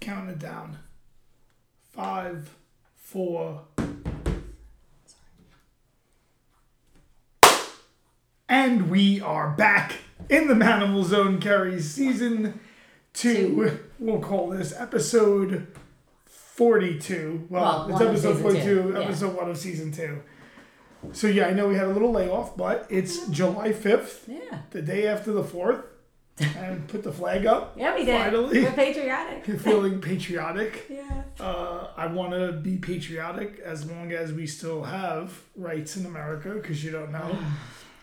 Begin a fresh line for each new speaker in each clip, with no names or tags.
counted down. Five, four. And we are back in the Manimal Zone Carries season two. We'll call this episode 42. Well,
Well,
it's
one of
episode
season
42,
two, yeah.
episode one of season two. So, yeah, I know we had a little layoff, but it's July 5th,
Yeah.
the day after the 4th. And put the flag up.
Yeah, we did.
Finally.
We're patriotic.
Feeling patriotic.
yeah.
Uh, I want to be patriotic as long as we still have rights in America, because you don't know.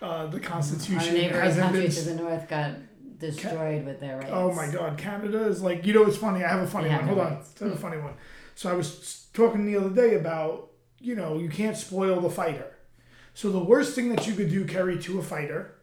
Uh, the
Our
Constitution
neighboring
hasn't been.
country to the north got destroyed with their rights.
Oh my God, Canada is like you know. It's funny. I have a funny
Yeah, Hmm.
one.
no
Hold on,
rights.
I have a funny one. So I was talking the other day about you know you can't spoil the fighter. So the worst thing that you could do, carry to a fighter,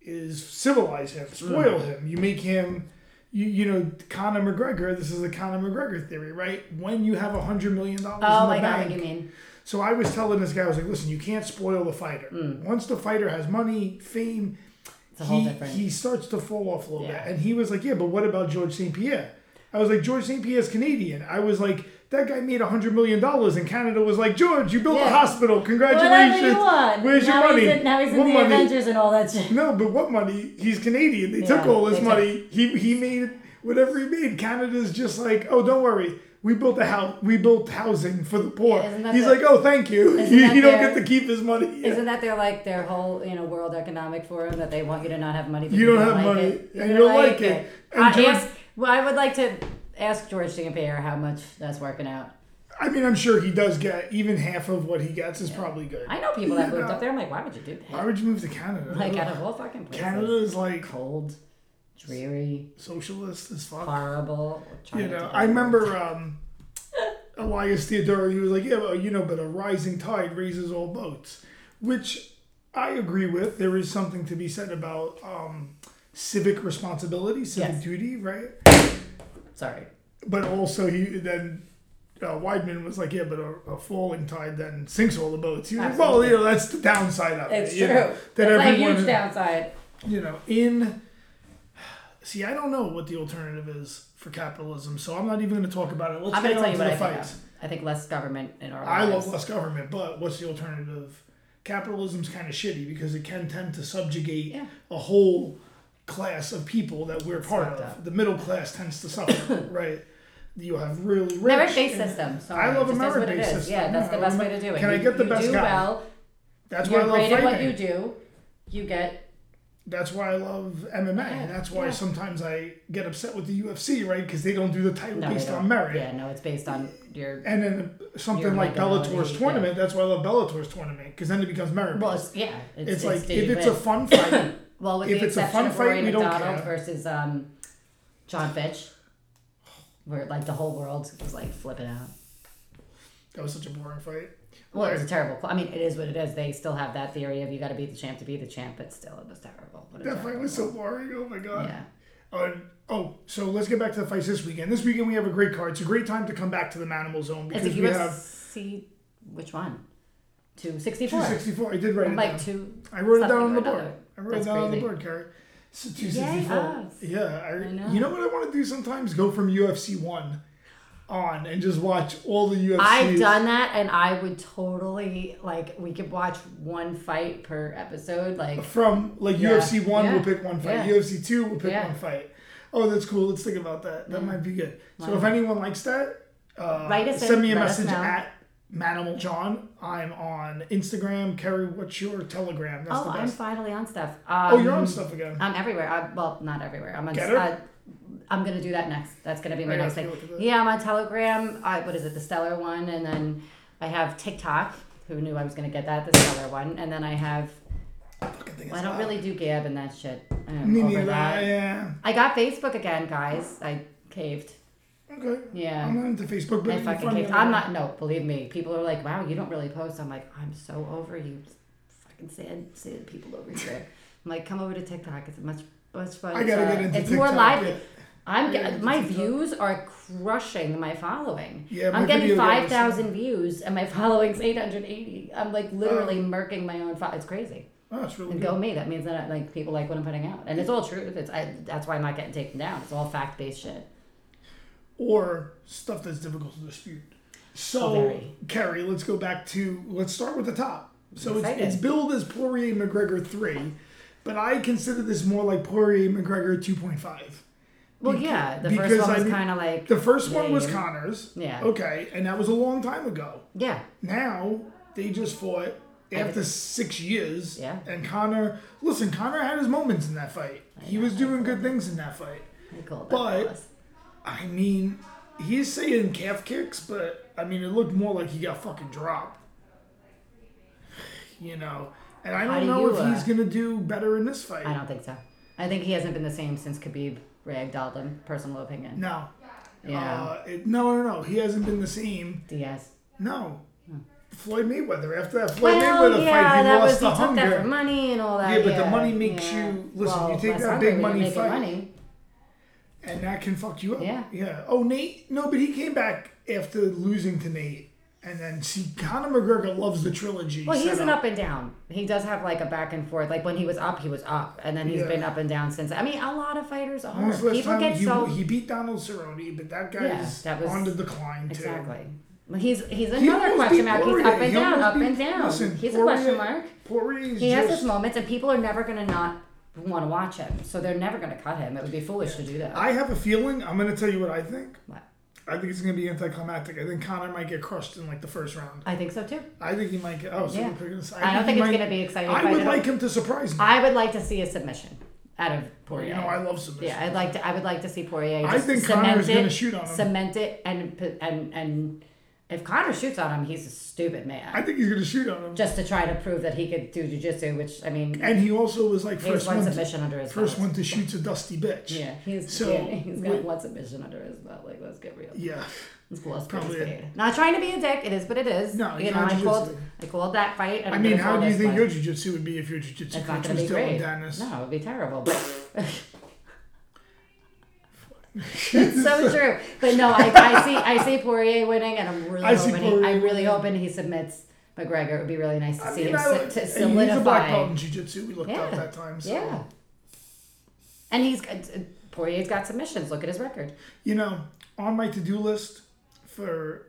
is civilize
Hmm.
him, spoil him. You make him, you you know, Conor McGregor. This is the Conor McGregor theory, right? When you have a hundred million dollars in
Oh
the
my God,
bank,
what do you mean?
so I was telling this guy, I was like, listen, you can't spoil the fighter. Once the fighter has money, fame,
Mm. a whole
he,
different-
he starts to fall off a little
Yeah.
bit. And he was like, yeah, but what about George St. Pierre? I was like, George St. Pierre's Canadian. I was like, that guy made $100 million, and Canada was like, George, you built a
Yeah.
hospital. Congratulations.
Whatever you want.
Where's
now
your money?
He's in, now he's in
What
the
money?
Avengers and all that shit.
No, but what money? He's Canadian. They took
Yeah,
all his
they took-
money. He he made whatever he made. Canada's just like, oh, don't worry. We built a house. We built housing for the poor.
Yeah, isn't that
He's
the-
like, oh, thank you.
Isn't
You,
that
you don't
their-
get to keep his money.
Isn't that their like their whole you know World Economic Forum that they want you to not have money? but
You don't have
like
money,
it.
and you don't like it. And
I
George-
ask, well, I would like to ask George St. Pierre how much that's working out.
I mean, I'm sure he does get even half of what he gets is probably good.
I know people that
You
moved
know,
up there. I'm like, why would you do that?
Why would you move to Canada?
Like out of all fucking places,
Canada is like
cold, dreary,
socialist as fuck.
horrible.
You
trying to
know,
do
I
it.
remember um, Elias Theodore. He was like, "Yeah, well, you know, but a rising tide raises all boats," which I agree with. There is something to be said about um, civic responsibility, civic
Yes.
duty, right?
Sorry.
But also, he then uh, Weidman was like, "Yeah, but a, a falling tide then sinks all the boats." He was like, "Well, you know, that's the downside of
It's
it."
true.
you know, that
That's a
everyone,
huge downside.
you know, in see, I don't know what the alternative is for capitalism, so I'm not even going to talk about it. Let's
I'm
get
going to tell
on
you
to
what
the
I think.
fights.
Of. I think less government in our
I
lives.
love less government, but what's the alternative? Capitalism's kind of shitty because it can tend to subjugate
Yeah.
a whole class of people that we're part
fucked
of.
up.
The middle class tends to suffer, right? You have really rich.
Merit-based
and-
system. Sorry.
I love
It
a
just is what
merit-based
it is.
system.
Yeah, that's
No,
the best
I'm-
way to do it.
Can I
You-
get the
you
best
do
guy?
Well,
That's why I
you're
love
great at
fighting.
what you do. You get
That's why I love MMA.
Yeah,
and that's why
yeah.
sometimes I get upset with the UFC, right? Because they don't do the title
no, they
based
don't-
on merit.
Yeah, no, it's based on your.
And then something
Your
like
legality,
Bellator's
yeah.
tournament. That's why I love Bellator's tournament because then it becomes merit.
Well, it's, yeah, it's,
it's, like if
did you
it's a
win?
fun fight,
well, with
if
the
it's a
exception
fun
of
fight,
Rory
we don't
McDonald
care.
versus um, John Fitch, where like the whole world was like flipping out.
that was such a boring fight.
Well, it was a terrible. call. I mean, it is what it is. They still have that theory of you got to beat the champ to be the champ, but still, it was terrible. What a
That
terrible
fight was so
call.
boring. Oh my god.
Yeah.
Uh, oh, so let's get back to the fights this weekend. This weekend we have a great card. It's a great time to come back to the Manimal Zone
It's
because
a
we have
UFC. Which one? Two sixty-four.
264. I did write it
Like
down.
two.
I wrote it
something
down on
or
the board.
another.
I wrote
That's
it down on the
crazy.
board, Carrie. So
us.
264. Yeah, I,
know.
you know what I want to do sometimes? Go from UFC 1 on and just watch all the UFC.
I've done that, and I would totally like. We could watch one fight per episode. Like,
From like
Yeah.
UFC 1,
Yeah.
we'll pick one fight.
Yeah.
UFC 2, we'll pick
Yeah.
one fight. Oh, that's cool. Let's think about that. That might be good. So if anyone likes that, uh,
Write us
send
in,
me a
let us
message
know.
at Manimal John. I'm on Instagram. Carrie, what's your Telegram? That's
oh,
the
I'm
best.
finally on stuff. Um,
oh, you're on stuff again.
I'm everywhere. I, well, not everywhere. I'm on.
Get her?
Uh, I'm gonna do that next. That's gonna be my
Right,
next
I'll
thing.
take a look at that.
Yeah, I'm on Telegram. I, what is it? The Stellar one, and then I have TikTok. Who knew I was gonna get that? The Stellar one, and then I have.
Fucking thing is
I
loud.
don't really do Gab and that shit. I'm
Me
over
neither.
that.
Yeah.
I got Facebook again, guys. I caved.
Okay.
Yeah.
I'm not into Facebook, but
I
you
fucking
find me
caved.
on
I'm
there.
not. No, believe me. People are like, "Wow, you don't really post." I'm like, I'm so over you, fucking sad, sad people over here. I'm like, come over to TikTok. It's much, much fun.
I gotta
It's, uh,
get into
It's
TikTok.
more lively.
yeah.
I'm
Yeah,
get, my
TikTok.
views are crushing my following.
Yeah, my
I'm getting
video goes-
five thousand views, and my following's eight hundred eighty. I'm like literally murking my own. Fo- it's crazy.
Oh, it's really
And
good.
go me. That means that like people like what I'm putting out, and it's all truth. It's I, that's why I'm not getting taken down. It's all fact based shit.
or stuff that's difficult to dispute.
Oh,
So,
very.
Kerry, let's go back to let's start with the top. So it's,
Excited.
it's billed as Poirier McGregor three, but I consider this more like Poirier McGregor two point five.
Well, yeah, the
because
first one
I
was
mean,
kind of like
The first one was
lame.
Connors.
Yeah.
Okay, and that was a long time ago.
yeah,
Now they just fought after six years.
Yeah.
And Connor, listen, Connor had his moments in that fight. He was doing good things in that fight.
I called that.
But-
Dallas.
I mean, he's saying calf kicks, but I mean, it looked more like he got fucking dropped. You know, and I
How
don't
do
know
you,
if he's
uh,
gonna do better in this fight.
I don't think so. I think he hasn't been the same since Khabib ragdolled him. Personal opinion.
No.
Yeah,
Uh, it, no, no, no. He hasn't been the same.
Diaz.
No. Floyd Mayweather. After that Floyd
Hmm. Well,
Mayweather
yeah,
fight, he
that
lost
was he
the
took
hunger.
that for money and all that.
Yeah, but the money makes
yeah.
you- listen,
Well,
you take
less
that
hungry,
big
you're
money
making
fight.
money.
and that can fuck you up.
Yeah.
Yeah. Oh, Nate. No, but he came back after losing to Nate, and then see, Conor McGregor loves the trilogy.
Well, he's an
setup.
up and down. He does have like a back and forth. Like when he was up, he was up, and then he's
Yeah.
been up and down since. I mean, a lot of fighters
When
are.
was the last
People
time
get
he,
so
he beat Donald Cerrone, but that
Yeah,
guy's
that was-
on the decline too.
exactly. Well, He's he's
He
another
almost beat
question mark. He's up
Poirier.
and
He
down,
almost
up
beat-
and down.
listen,
he's a
Poirier-
question mark.
Poirier's
He has
just.
his moments, and people are never going to not want to watch him, so they're never going to cut him. It would be foolish to do that.
I have a feeling. I'm going to tell you what I think.
What?
I think it's going to be anticlimactic. I think Conor might get crushed in like the first round.
I think so too.
I think he might get. Oh, so
Yeah.
we're picking this.
I don't
he
think it's
might-
going to be exciting.
I
but
would
don't-
like him to surprise me.
I would like to see a submission out of Poirier.
You know, I love submissions.
yeah, I'd like to. I would like to see Poirier.
I
just
think
cement
Connor's
it-
gonna shoot on him.
Cement it and put- and and if Connor shoots on him, he's a stupid man.
I think he's going to shoot on him.
just to try to prove that he could do jujitsu, which I mean,
And he also was like
he has
first
one
one, to,
submission under his
first
belt.
one to shoot a dusty bitch.
Yeah, he's
So,
yeah, he's got
with-
one submission under his belt. Like, let's get real.
Yeah.
It's lost
Probably
pretty
it.
spade. Not trying to be a dick. It is what it is.
No,
you
it's
know,
not
I
jujitsu.
called I called that fight. And
I
I'm
mean,
gonna
how
call
do you
this
think
fight.
your jujitsu would be if your jujitsu
It's not
coach
going
was
to be
Dylan
great.
Dennis?
No, it would be terrible. it's so true. But no, I, I see I see Poirier winning, and I'm really
I see
hoping he, I'm
Poirier
really
winning.
hoping he submits McGregor. It would be really nice to
I
see
mean,
him
I,
si- to
he's a black belt
solidify.
in jujitsu. We looked up
Yeah.
that time. So.
Yeah, and he's Poirier's got submissions. Look at his record.
You know, on my to do list for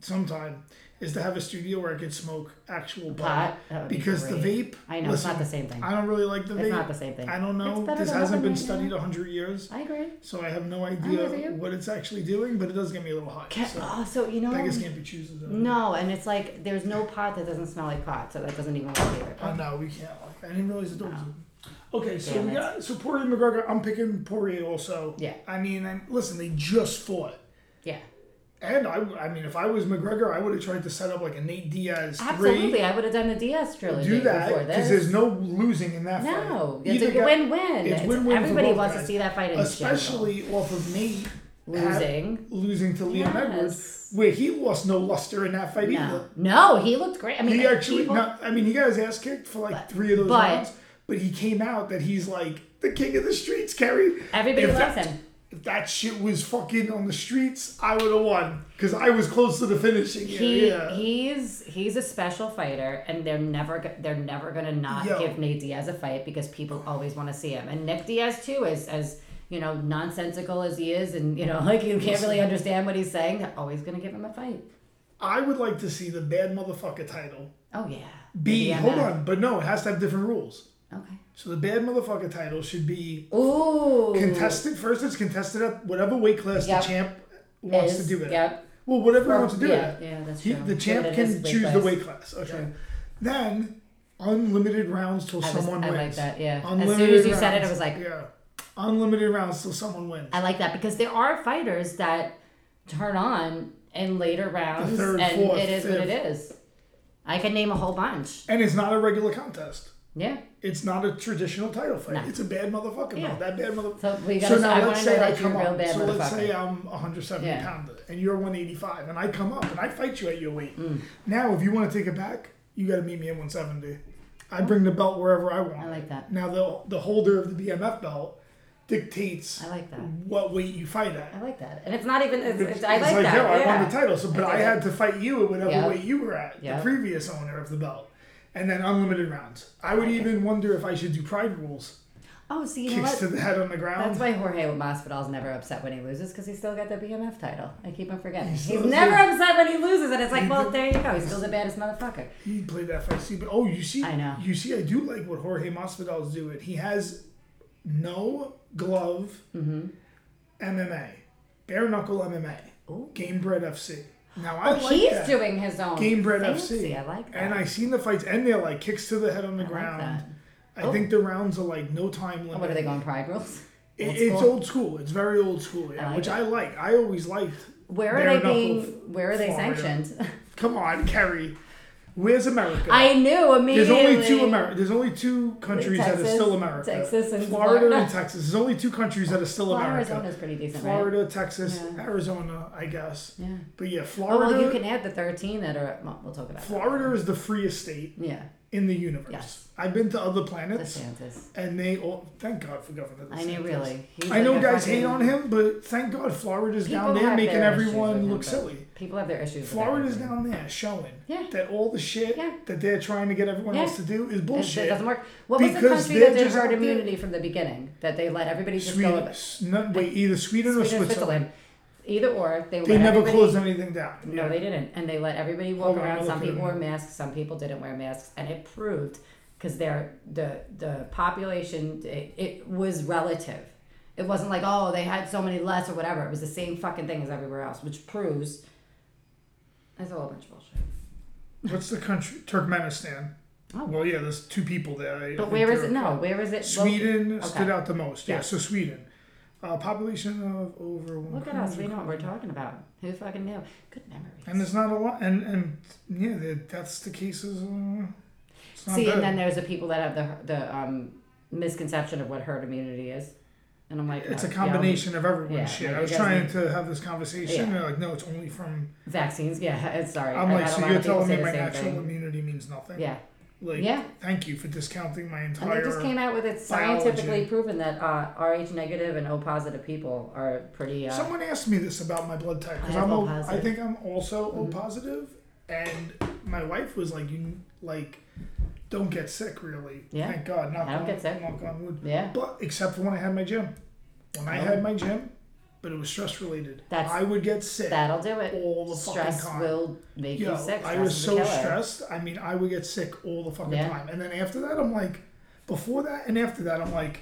some time is to have a studio where I could smoke actual pot.
Pot, that would be
because the
great.
vape.
I know it's
listen,
not the same thing.
I don't really like the vape.
It's not the same thing.
I don't
It's
know.
better
This
than
hasn't
nothing
been
right
studied
now.
a 100 years,
I agree.
so I have no
with
idea
you.
what it's actually doing, but it does get me a little hot.
Can,
so.
also, oh, you know,
Beggars can't be choosers. though.
No, and it's like there's no pot that doesn't smell like pot, so that doesn't even work
Oh
either.
no, we can't. Like, I didn't realize the door was open. Okay, so
Damn
we
it.
got so Poirier McGregor. I'm picking Poirier also.
Yeah.
I mean, i listen, they just fought,
Yeah,
and I, I mean, if I was McGregor, I would have tried to set up like a Nate Diaz three.
absolutely. I would have done the Diaz trilogy
Do that
before
because
this.
there's no losing in that fight.
No, it's
Either
a
guy-
win-win.
it's
It's-
win-win for
everybody
both
wants to
guys.
see that fight in
especially off of Nate
general.
ha-
losing.
losing to Liam Edwards,
Yes.
where he lost no luster in that fight either.
No, no, he looked great. I mean,
He actually,
people-
no, I mean, he got his ass kicked for like three of those
but-
rounds, but he came out that he's like the king of the streets, Kerry.
everybody
If
loves
that-
him.
If that shit was fucking on the streets, I would have won because I was close to the finishing.
He
area.
he's he's a special fighter, and they're never go- they're never gonna not
Yo.
give Nate Diaz a fight because people always want to see him. And Nick Diaz too is as you know nonsensical as he is, and you know like you can't really understand what he's saying. They're always gonna give him a fight.
I would like to see the bad motherfucker title
Oh yeah.
be.
BMF.
Hold on, but no, it has to have different rules.
Okay.
So the bad motherfucker title should be
Ooh.
contested. First, it's contested at whatever weight class
Yep.
the champ wants
Is-
to do it. at.
Yep.
Well, whatever he wants to do it.
yeah,
at.
yeah, that's
He,
true.
the champ
But it is
can
weight
choose the
class.
weight class. Okay.
True.
Then unlimited rounds till
I, was,
someone
I
wins.
like that. Yeah.
Unlimited
as soon as you said it,
rounds.
I was like,
yeah. Unlimited rounds till someone wins.
I like that because there are fighters that turn on in later rounds,
third,
and
fourth,
it is what
fifth.
it is. I can name a whole bunch.
and it's not a regular contest.
Yeah.
It's not a traditional title fight. It's a bad motherfucker.
Yeah.
belt. That bad motherfucker.
So we gotta- I wanna know that you're a real bad
So let's say
motherfucker.
I'm 170
Yeah.
pounder and you're 185, and I come up and I fight you at your weight.
Mm.
Now, if you want to take it back, you got to meet me at 170. I bring the belt wherever I want.
Oh. I like that.
Now the the holder of the BMF belt dictates
I like that.
what weight you fight at.
I like that. And it's not even, it's, it's, I
It's
like that.
yo, I
yeah.
won the title, so but I,
dig
had to fight you at whatever
Yep.
weight you were at,
Yep.
the previous owner of the belt, and then unlimited rounds. I would even wonder if I should do pride rules.
Oh, see, you know
Kicks to
what?
the head on the ground.
That's why Jorge Masvidal's never upset when he loses because he's still got the BMF title. I keep on forgetting.
He's
He's,
still-
never upset when he loses, and it's like, well, there you go. He's still the baddest motherfucker.
he played that fight. See, but oh, you see,
I know.
You see, I do like what Jorge Masvidal's doing. He has no glove
Mm-hmm.
MMA, bare knuckle MMA,
Ooh. Oh,
game bred FC. Now I like
he's
that.
doing his own
game bred
fancy.
FC.
I like that.
And I seen the fights end there like kicks to the head on the
like
ground.
that. Oh.
I think the rounds are like no time limit.
what are they going? Pride rules.
It-
Old
it's
school?
old school. It's very old school, yeah,
I like
which
it.
I like. I always liked.
Where
bare
are they
knuckle
being?
f-
Where are they
Florida.
sanctioned?
Come on, Kerry. Where's America?
I knew
There's
immediately.
only two Ameri- There's only two countries that are
Texas-
still America.
Texas and
Florida,
Florida.
and Texas. There's only two countries that are still
Well,
America.
Arizona's pretty decent, right?
Florida, Texas,
Yeah.
Arizona, I guess.
Yeah.
But yeah,
Oh,
Florida.
well, you can add the thirteen that are. Well, we'll talk about. that.
Florida is the freest state
Yeah.
in the universe.
Yes.
I've been to other planets,
DeSantis.
and they all. Thank God for Governor.
I mean,
DeSantis.
really. he's
I know
like a
guys hate
fucking-
on him, but thank God Florida's down
People
there
have
making
their issues with
everyone
him,
look
but
silly.
People have their issues. with
Florida's
everything.
down there showing
Yeah.
that all the shit
Yeah.
that they're trying to get everyone
Yeah.
else to do is
It,
bullshit.
it doesn't work. What was the
Because
country
they're
that did
just out
herd
there-
immunity from the beginning? That they let everybody just go
Sweden,
about
s- no, wait, either Sweden,
Sweden,
or
Switzerland.
Switzerland.
Either or, they,
They
let
never
everybody-
closed anything down.
No, they didn't, and they let everybody walk
Hold on,
around.
I'll
Some
look it
people wore
up.
masks, some people didn't wear masks, and it proved because they're the the population it, it was relative. It wasn't like oh they had so many less or whatever. It was the same fucking thing as everywhere else, which proves that's a whole bunch of bullshit.
What's the country? Turkmenistan.
Oh.
Well, yeah, there's two people there. I- I
But
think
where is
they're-
it? No, where is it?
Sweden
Okay.
stood out the most. Yeah,
Yeah.
so Sweden. Uh, population of over one.
Look at us. We
hundred-
know what we're talking about. Who fucking knew? Good memories.
And there's not a lot. And, and yeah, the- that's the cases. Uh, it's not
See,
bad.
and then there's the people that have the the um, misconception of what herd immunity is, and I'm like,
It's
no,
a
you know,
combination of everyone's
yeah,
shit.
like
I
it
was
doesn't-
trying to have this conversation,
Yeah.
and they're like, no, it's only from.
vaccines. Yeah, it's sorry.
I'm
I
like,
had a
so
lot
you're
of people
telling me
say
my
the same
natural
thing.
immunity means nothing?
Yeah,
Like,
Yeah.
thank you for discounting my
and they
entire.
just came out with it
biology.
scientifically proven that uh, Rh negative and O positive people are pretty. Uh,
Someone asked me this about my blood type because
I have
I'm
O
o-
positive. Mm-hmm.
I think I'm also O positive, and my wife was like, "You like, don't get sick, really.
Yeah.
Thank God, knock
I don't
on,
get sick.
knock on wood.
yeah,
But except for when I had my gym, when I
Oh.
had my gym, but it was stress related.
That's-
I would get sick.
that'll do it.
all the fucking
Stress
time.
will make
Yo,
you sick.
I
Stress
was
is a
so
killer.
stressed. I mean, I would get sick all the fucking
Yeah.
time. And then after that, I'm like, before that and after that, I'm like,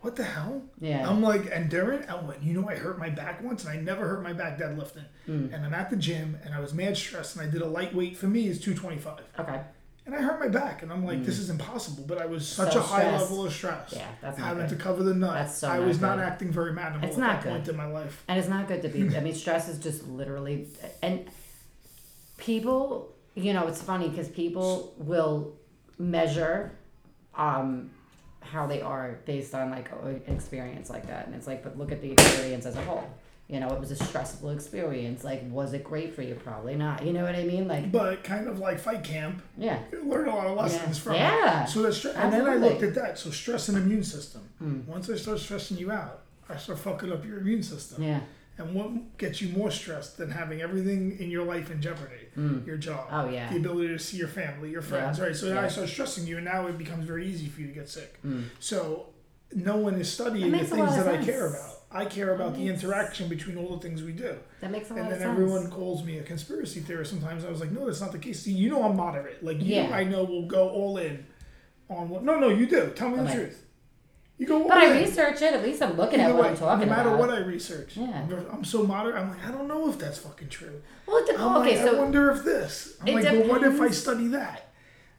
what the hell?
Yeah.
I'm like, and during, I went, you know, I hurt my back once and I never hurt my back deadlifting.
Hmm.
And I'm at the gym and I was mad stressed and I did a lightweight for me is 225.
Okay.
And I hurt my back and I'm like, this is impossible. But I was such
Hmm. So
a high
stressed.
level of stress.
Yeah, that's not
Having
good.
to cover the nut.
That's so
I
not
was not
good.
acting very manageable
It's
at
not
that point
good.
in my life.
And it's not good to be. I mean, stress is just literally, and people, you know, it's funny because people will measure um, how they are based on like oh, an experience like that, and it's like, but look at the experience as a whole. You know, it was a stressful experience. Like, was it great for you? Probably not. You know what I mean? Like,
But kind of like fight camp.
yeah,
You learn a lot of lessons
Yeah.
from
Yeah.
it. So that's and then I
Absolutely. Hmm.
looked at that. So stress and immune system. Once I start stressing you out, I start fucking up your immune system.
yeah.
And what gets you more stressed than having everything in your life in jeopardy? Your job.
Oh, yeah.
The ability to see your family, your friends.
Yeah. Hmm.
Right. So now I
Yeah.
start stressing you, and now it becomes very easy for you to get sick. So no one is studying the
makes a lot
things
of
that I
sense.
care about. I care about the
makes-
interaction between all the things we do.
That makes a lot
And
of
then
sense.
everyone calls me a conspiracy theorist sometimes. I was like, no, that's not the case. See, you know I'm moderate. Like, you,
Yeah.
I know, will go all in on what. No, no, you do. Tell me the
Okay.
truth. You go all
but
in.
I research it. At least I'm looking
Either
at what
way,
I'm talking
no matter
about.
what I research,
Yeah.
I'm so moderate. I'm like, I don't know if that's fucking true.
well, it de-
I'm
okay,
like, I
so
wonder if this. I'm
It
like, but what if I
depends.
study that?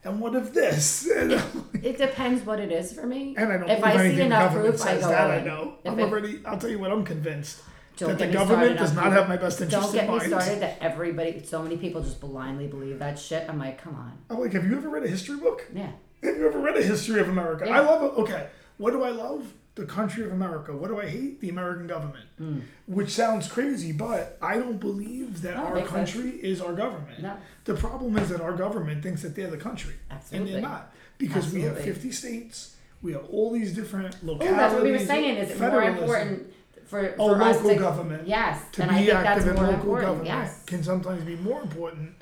And what if this? And, I'm like-
It depends what it is for me.
and I don't
if
believe
I see
anything the
enough
government
proof, I
says
go.
that. I
all in.
know.
If
I'm
it-
already. I'll tell you what. I'm convinced
don't
that
get
the
me
government
started on
does not
people-
have my best interest
Don't get
in
me
mind.
started that everybody, so many people just blindly believe that shit. I'm like, come on,
I'm Oh, like, have you ever read a history book?
yeah.
Have you ever read a history of America?
Yeah.
I love it. Okay, what do I love? The country of America. What do I hate? The American government.
Hmm.
Which sounds crazy, but I don't believe that
No, it
our
makes sense.
country is our government.
No.
The problem is that our government thinks that they're the country, and
Absolutely.
they're not, because we
Absolutely.
have 50 states. We have all these different
Oh,
localities.
that's what we were saying. Is it more
federalism.
important for,
Oh,
for us
local
to
government.
Yes,
To
and
be
I think
active
that's
in
more
local
important.
government
Yes,
can sometimes be more important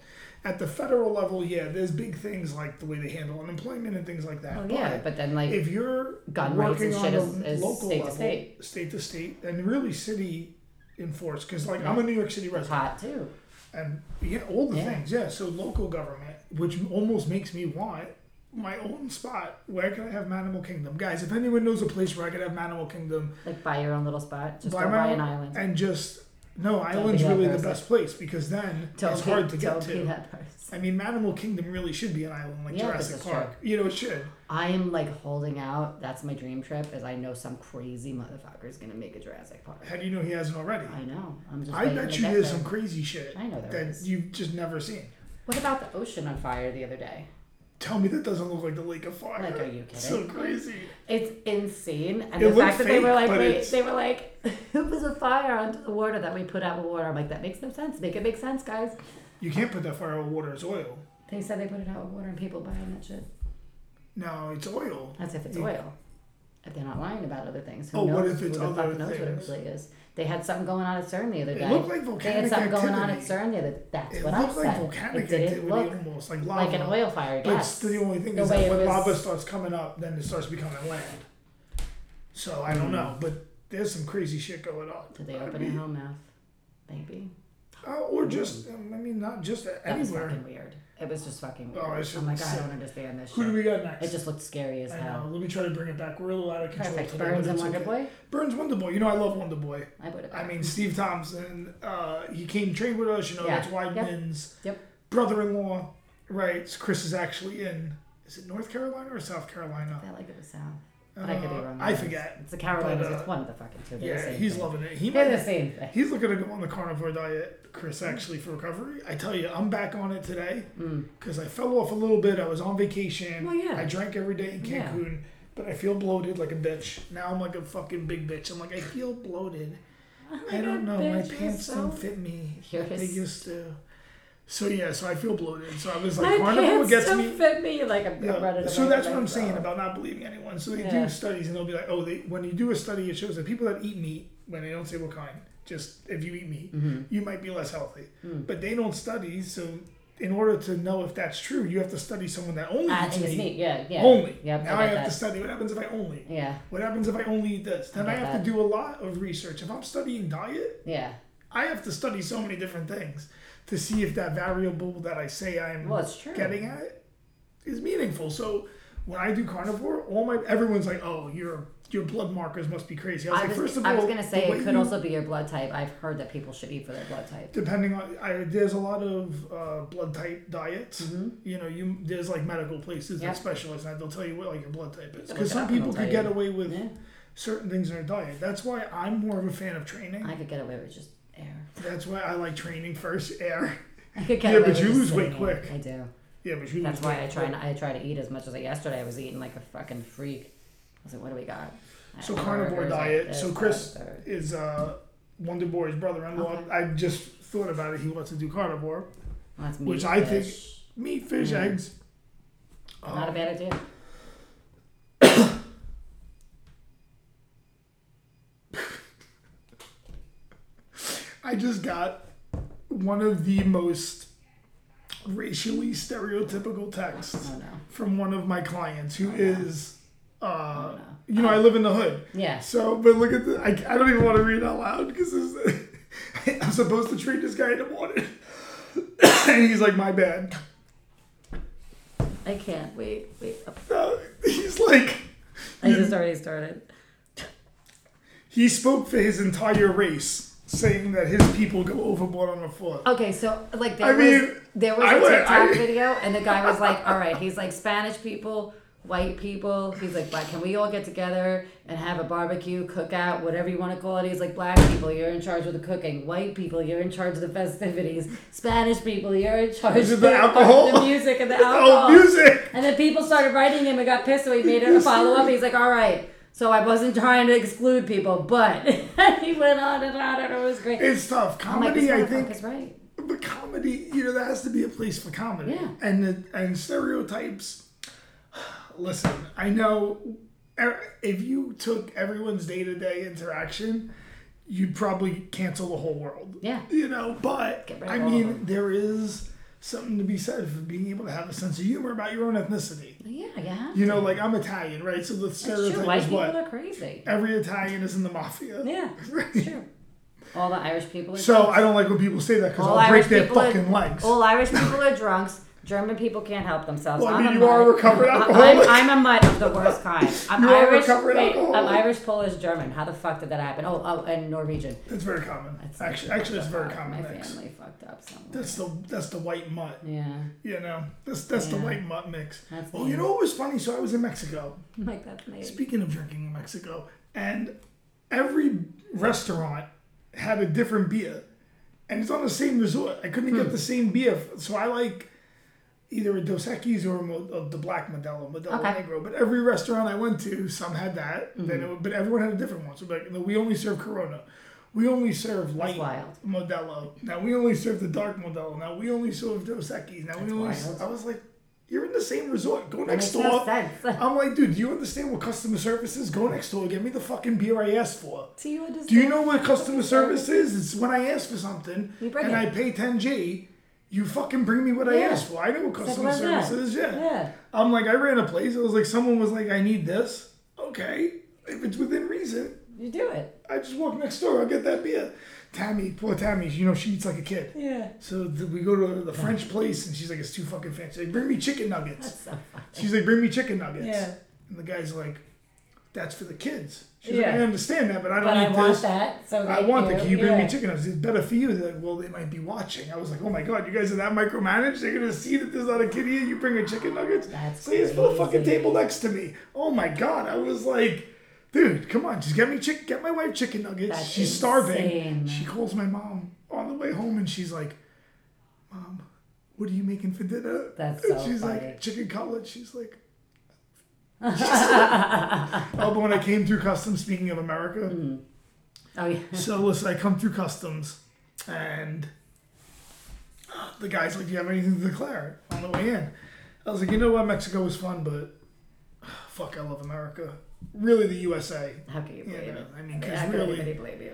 At the federal level, yeah, there's big things like the way they handle unemployment and things like that.
Well, Oh, yeah, but then like
if you're
gun rights
working
and
on
shit
a
is- is
local
state to
level,
state.
state to state, and really city enforced, because like I'm a New York City resident,
pot too.
and yeah, all the
Yeah.
things, yeah. So local government, which almost makes me want my own spot. Where can I have Manimal Kingdom, guys? If anyone knows a place where I could have Manimal Kingdom,
Like buy your own little spot. Just
buy
go
my
buy
own-
an island.
and just no, island's
think I'll
really the
gross it.
best place because then
Tell
it's
Pete-
hard to
tell
get to.
Pete that person.
I mean, Manimal Kingdom really should be an island like
Yeah, 'cause
Jurassic
it's
Park. You know, it should.
I am like holding out. That's my dream trip. Is I know some crazy motherfucker's gonna make a Jurassic Park.
How do you know he hasn't already?
I know. I'm just.
I
waiting
bet
to
you
get
there's
there.
some crazy shit
I know there
that
is.
you've just never seen.
What about the ocean on fire the other day?
Tell me that doesn't look like the Lake of Fire.
Like, are you
It's so
kidding?
crazy.
It's insane, and
It
the
looked
fact that they were
fake,
like,
but
wait,
it's-
they were like, it was a fire onto the water that we put out with water. I'm like, that makes no sense. Make it make sense, guys.
You can't put that fire with water as oil.
They said they put it out with water, and people buying that shit.
No, it's oil.
That's if it's
You-
oil. If they're not lying about other things, who
Oh,
knows?
what if it's
who the
other
fuck knows what it
things?
really is? They had something going on at CERN the other
It
day.
looked like
they had
volcanic
something going on at
activity.
CERN the other. That's
It
what I
looked
said.
like volcanic
it didn't
activity
look
almost, like lava.
like an oil fire.
But
Yes.
it's the only thing
The
is
way
that
it
when
was-
lava starts coming up, then it starts becoming land. So I don't know, but there's some crazy shit going on.
Hmm. Did they
I
open a
mean,
hell mouth? Maybe.
uh, Or just, um, I mean, not just
That was
anywhere.
fucking weird. It was just fucking
Oh,
weird.
I
I'm
shouldn't
like, I
say-
don't understand this
Who do
shit.
we got next?
It just looked scary as
I
hell.
know. Let me try to bring it back. We're a little out of control.
Perfect.
today,
Burns
but
and
it's
Wonder
okay.
Boy.
Burns Wonder Boy. You know I love Wonder Boy.
I would have.
I mean Steve Thompson. Uh, he came trained with us. You know
Yeah.
that's Weidman's
Yep.
brother-in-law, right? Chris is actually in. Is it North Carolina or South Carolina?
I like it was sound, but I could be
Uh,
wrong.
I forget.
It's the Carolinas.
But, uh,
it's one of the fucking two. They're the
Yeah,
same
he's
thing.
loving it. He
They're
might,
the same thing.
he's looking to go on the carnivore diet, Chris, actually for recovery. I tell you, I'm back on it today
Mm.
because I fell off a little bit. I was on vacation.
Well, yeah.
I drank every day in
Yeah.
Cancun, but I feel bloated like a bitch. Now I'm like a fucking big bitch. I'm like I feel bloated.
Oh
I don't know. My pants don't fit me.
Yours.
like They used to. So yeah, so I feel bloated. So I was
My
like, carnivore
pants
gets
don't
me.
fit me. Like I'm
Yeah.
running.
So
away
that's
from
what I'm
myself.
saying about not believing anyone. So they
Yeah.
do studies and they'll be like, oh, they when you do a study, it shows that people that eat meat, when they don't say what kind, just if you eat meat,
Mm-hmm.
you might be less healthy.
Mm.
But they don't study. So in order to know if that's true, you have to study someone that only
I
eats
think Ah, it's
meat.
neat. Yeah, yeah.
Only.
Yep.
now
I,
I
get
have
that.
to study what happens if I only.
Yeah,
What happens if I only eat this? Then
I
I,
get
have
that.
to do a lot of research. If I'm studying diet,
yeah.
I have to study so many different things to see if that variable that I say I'm
Well, it's true.
getting at is meaningful. So when I do carnivore, all my everyone's like, "Oh, your your blood markers must be crazy." I was
I
like,
was,
first of all,
I was gonna say
the way
it could
you-
also be your blood type. I've heard that people should eat for their blood type.
depending on I, there's a lot of uh, blood type diets. You know, you there's like medical places
Mm-hmm. Yeah.
that specialize in that. They'll tell you what like your blood type is
can
because
look it
some
up and
people
they'll
could
tell
get
you.
away with
Yeah.
certain things in their diet. That's why I'm more of a fan of training.
I could get away with just air.
That's why I like training first air.
I could get
Yeah,
away
but
with
you
just
lose weight
sitting here.
quick.
I do.
Yeah, but you
That's
lose
why
weight
I try.
quick.
And, I try to eat as much as I. Yesterday I was eating like a fucking freak. I was like, what do we got? I
So
had
carnivore
burgers, I had
diet.
this,
So Chris
that, that.
is uh, Wonder Boy's brother-in-law.
Okay.
I just thought about it. He wants to do carnivore,
Well, that's
which
meat,
I think-
fish.
meat, fish,
Mm.
eggs.
Not a
Um,
bad idea.
I just got one of the most racially stereotypical texts
Oh no.
from one of my clients who is, uh,
Oh, no.
you know, I live in the hood.
Yes.
So, but look at the. I, I don't even want to read it out loud because I'm supposed to treat this guy in the morning. and he's like, my bad.
I can't. Wait, wait. Oh,
Uh, he's like,
I just already started.
he spoke for his entire race, saying that his people go overboard on the floor.
Okay, so like there
I
was
mean,
there was
I
a
would-
TikTok
I-
video, and the guy was like, "All right," he's like, "Spanish people, white people." He's like, "Black, can we all get together and have a barbecue, cookout, whatever you want to call it?" He's like, "Black people, you're in charge of the cooking. White people, you're in charge of the festivities. Spanish people, you're in charge
Is it
of
the
the,
alcohol?
the music and the
Oh,
alcohol."
music!
And then people started writing him and got pissed, so he made it a follow up. He's like, all right, so I wasn't trying to exclude people, but he went on and on, and it was great.
It's tough.
I'm like,
Comedy,
this
I
motherfucker's
think,
right.
but comedy, you know, there has to be a place for comedy.
Yeah.
And the, and stereotypes. Listen, I know er- if you took everyone's day to day interaction, you'd probably cancel the whole world.
Yeah.
You know, but
Get rid of
I
all of
mean,
them.
there is something to be said for being able to have a sense of humor about your own ethnicity.
Yeah, yeah.
You know, like I'm Italian, right? So the
It's true.
stereotype
White
is
people
what
are crazy.
every Italian is in the mafia.
Yeah, it's true. All the Irish people are
So
drunks.
I don't like when people say that because
All
I'll break
Irish
their
people are-
fucking legs.
all Irish people are drunks. German people can't help themselves.
Well, I
I'm
mean,
a
you are a
mutt.
recovered
I-
alcoholic.
I'm, I'm a mutt of the worst kind. I'm
You are a
Irish.
recovered
wait, I'm
alcoholic.
Irish, Polish, German. How the fuck did that happen? Oh, oh and Norwegian.
That's very common.
That's
actually, actually, it's very common.
My
mix.
family fucked up somewhere.
That's the that's the white mutt.
Yeah,
You know, that's that's the
Yeah.
white mutt mix.
That's
Oh, you
me.
know what was funny? So I was in Mexico.
like that's me.
Speaking of drinking in Mexico, and every restaurant had a different beer, and it's on the same resort. I couldn't
Hmm.
get the same beer, so I like either a Dos Equis or a, Mo- of the black Modelo, Modelo
Okay. Hmm.
Negro. But every restaurant I went to, some had that, then it, would- but everyone had a different one. So like, no, we only serve Corona. We only serve light
wild.
Modelo. Now we only serve the dark Modelo. Now we only serve Dos Equis. Now we only.
wild.
I was like, you're in the same resort. Go next
makes no
door.
sense.
I'm like, dude, do you understand what customer service is? Go next door, get me the fucking beer I asked for.
Do you understand?
Do you know what customer service is? It's when I ask for something
You bring
and
it.
I pay 10G, you fucking bring me what I
Yeah.
asked for. I know what
Simple
customer
as that.
service is. Yeah.
Yeah.
I'm like, I ran a place. It was like, someone was like, I need this. Okay. If it's within reason,
You do it.
I just walk next door. I'll get that beer. Tammy, poor Tammy, you know, she eats like a kid.
Yeah.
So th- we go to the French place, and she's like, "It's too fucking fancy. Like, bring me chicken nuggets."
That's so funny.
She's like, "Bring me chicken nuggets."
Yeah.
And the guy's like, "That's for the kids." She's
Yeah.
like, "I understand that, but I don't
But
need
I want
this.
that. So
I
thank
want that. Can you bring
yeah.
me chicken nuggets? It's better for you." They're like, "Well, they might be watching." I was like, "Oh my god, you guys are that micromanaged? They're gonna see that there's not a kid here. You bring her chicken nuggets?
That's
See, it's for the fucking
crazy.
table next to me. Oh my god, I was like." Dude, come on, just get me chick get my wife chicken nuggets.
That's
she's starving.
insane.
She calls my mom on the way home and she's like, Mom, what are you making for dinner?
That's
And
so
she's
funny.
like, chicken cutlet. She's like, oh, but when I came through customs, speaking of America,
Mm. Oh yeah.
so listen, I come through customs, and uh, the guy's like, "Do you have anything to declare on the way in?" I was like, "You know what? Mexico was fun, but uh, fuck, I love America. Really, the USA.
How can
You
you believe
know,
it?
I mean,
Yeah, How
because
can anybody
really,
believe you?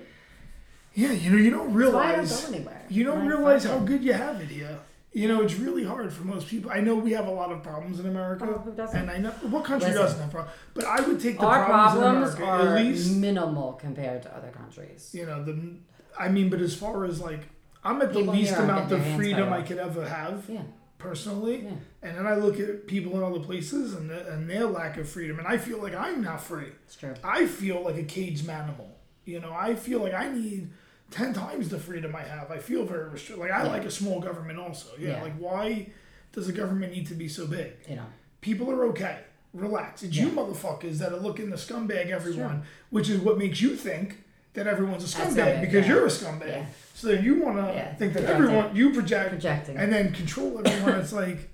yeah, you know, you don't
That's why I don't
realize
go anywhere.
you don't
Like,
realize
fuck
how
it.
good you have it here. You know, it's really hard for most people. I know we have a lot of problems in America,
Oh, who doesn't?
and I know what country
Listen.
doesn't have problems. But I would take the
our
problems,
problems
in America
are
at least.
minimal compared to other countries.
you know the i mean but as far as like i'm at the
People
least
here aren't
amount
getting
of
their hands
freedom
cut
i
off.
could ever have
Yeah.
personally
Yeah.
and then i look at people in other places and, the, and their lack of freedom and i feel like i'm not free
It's true.
i feel like a caged animal you know i feel like i need 10 times the freedom i have i feel very restricted like i
Yeah.
like a small government also yeah,
Yeah.
like why does a government need to be so big
You know.
people are okay relax it's you motherfuckers that are looking to scumbag everyone
Sure.
which is what makes you think that everyone's a
That's
scumbag
it,
because
yeah.
you're a scumbag
Yeah.
so then you want to
Yeah,
think that
projecting.
everyone you project
Projecting.
and then control everyone it's like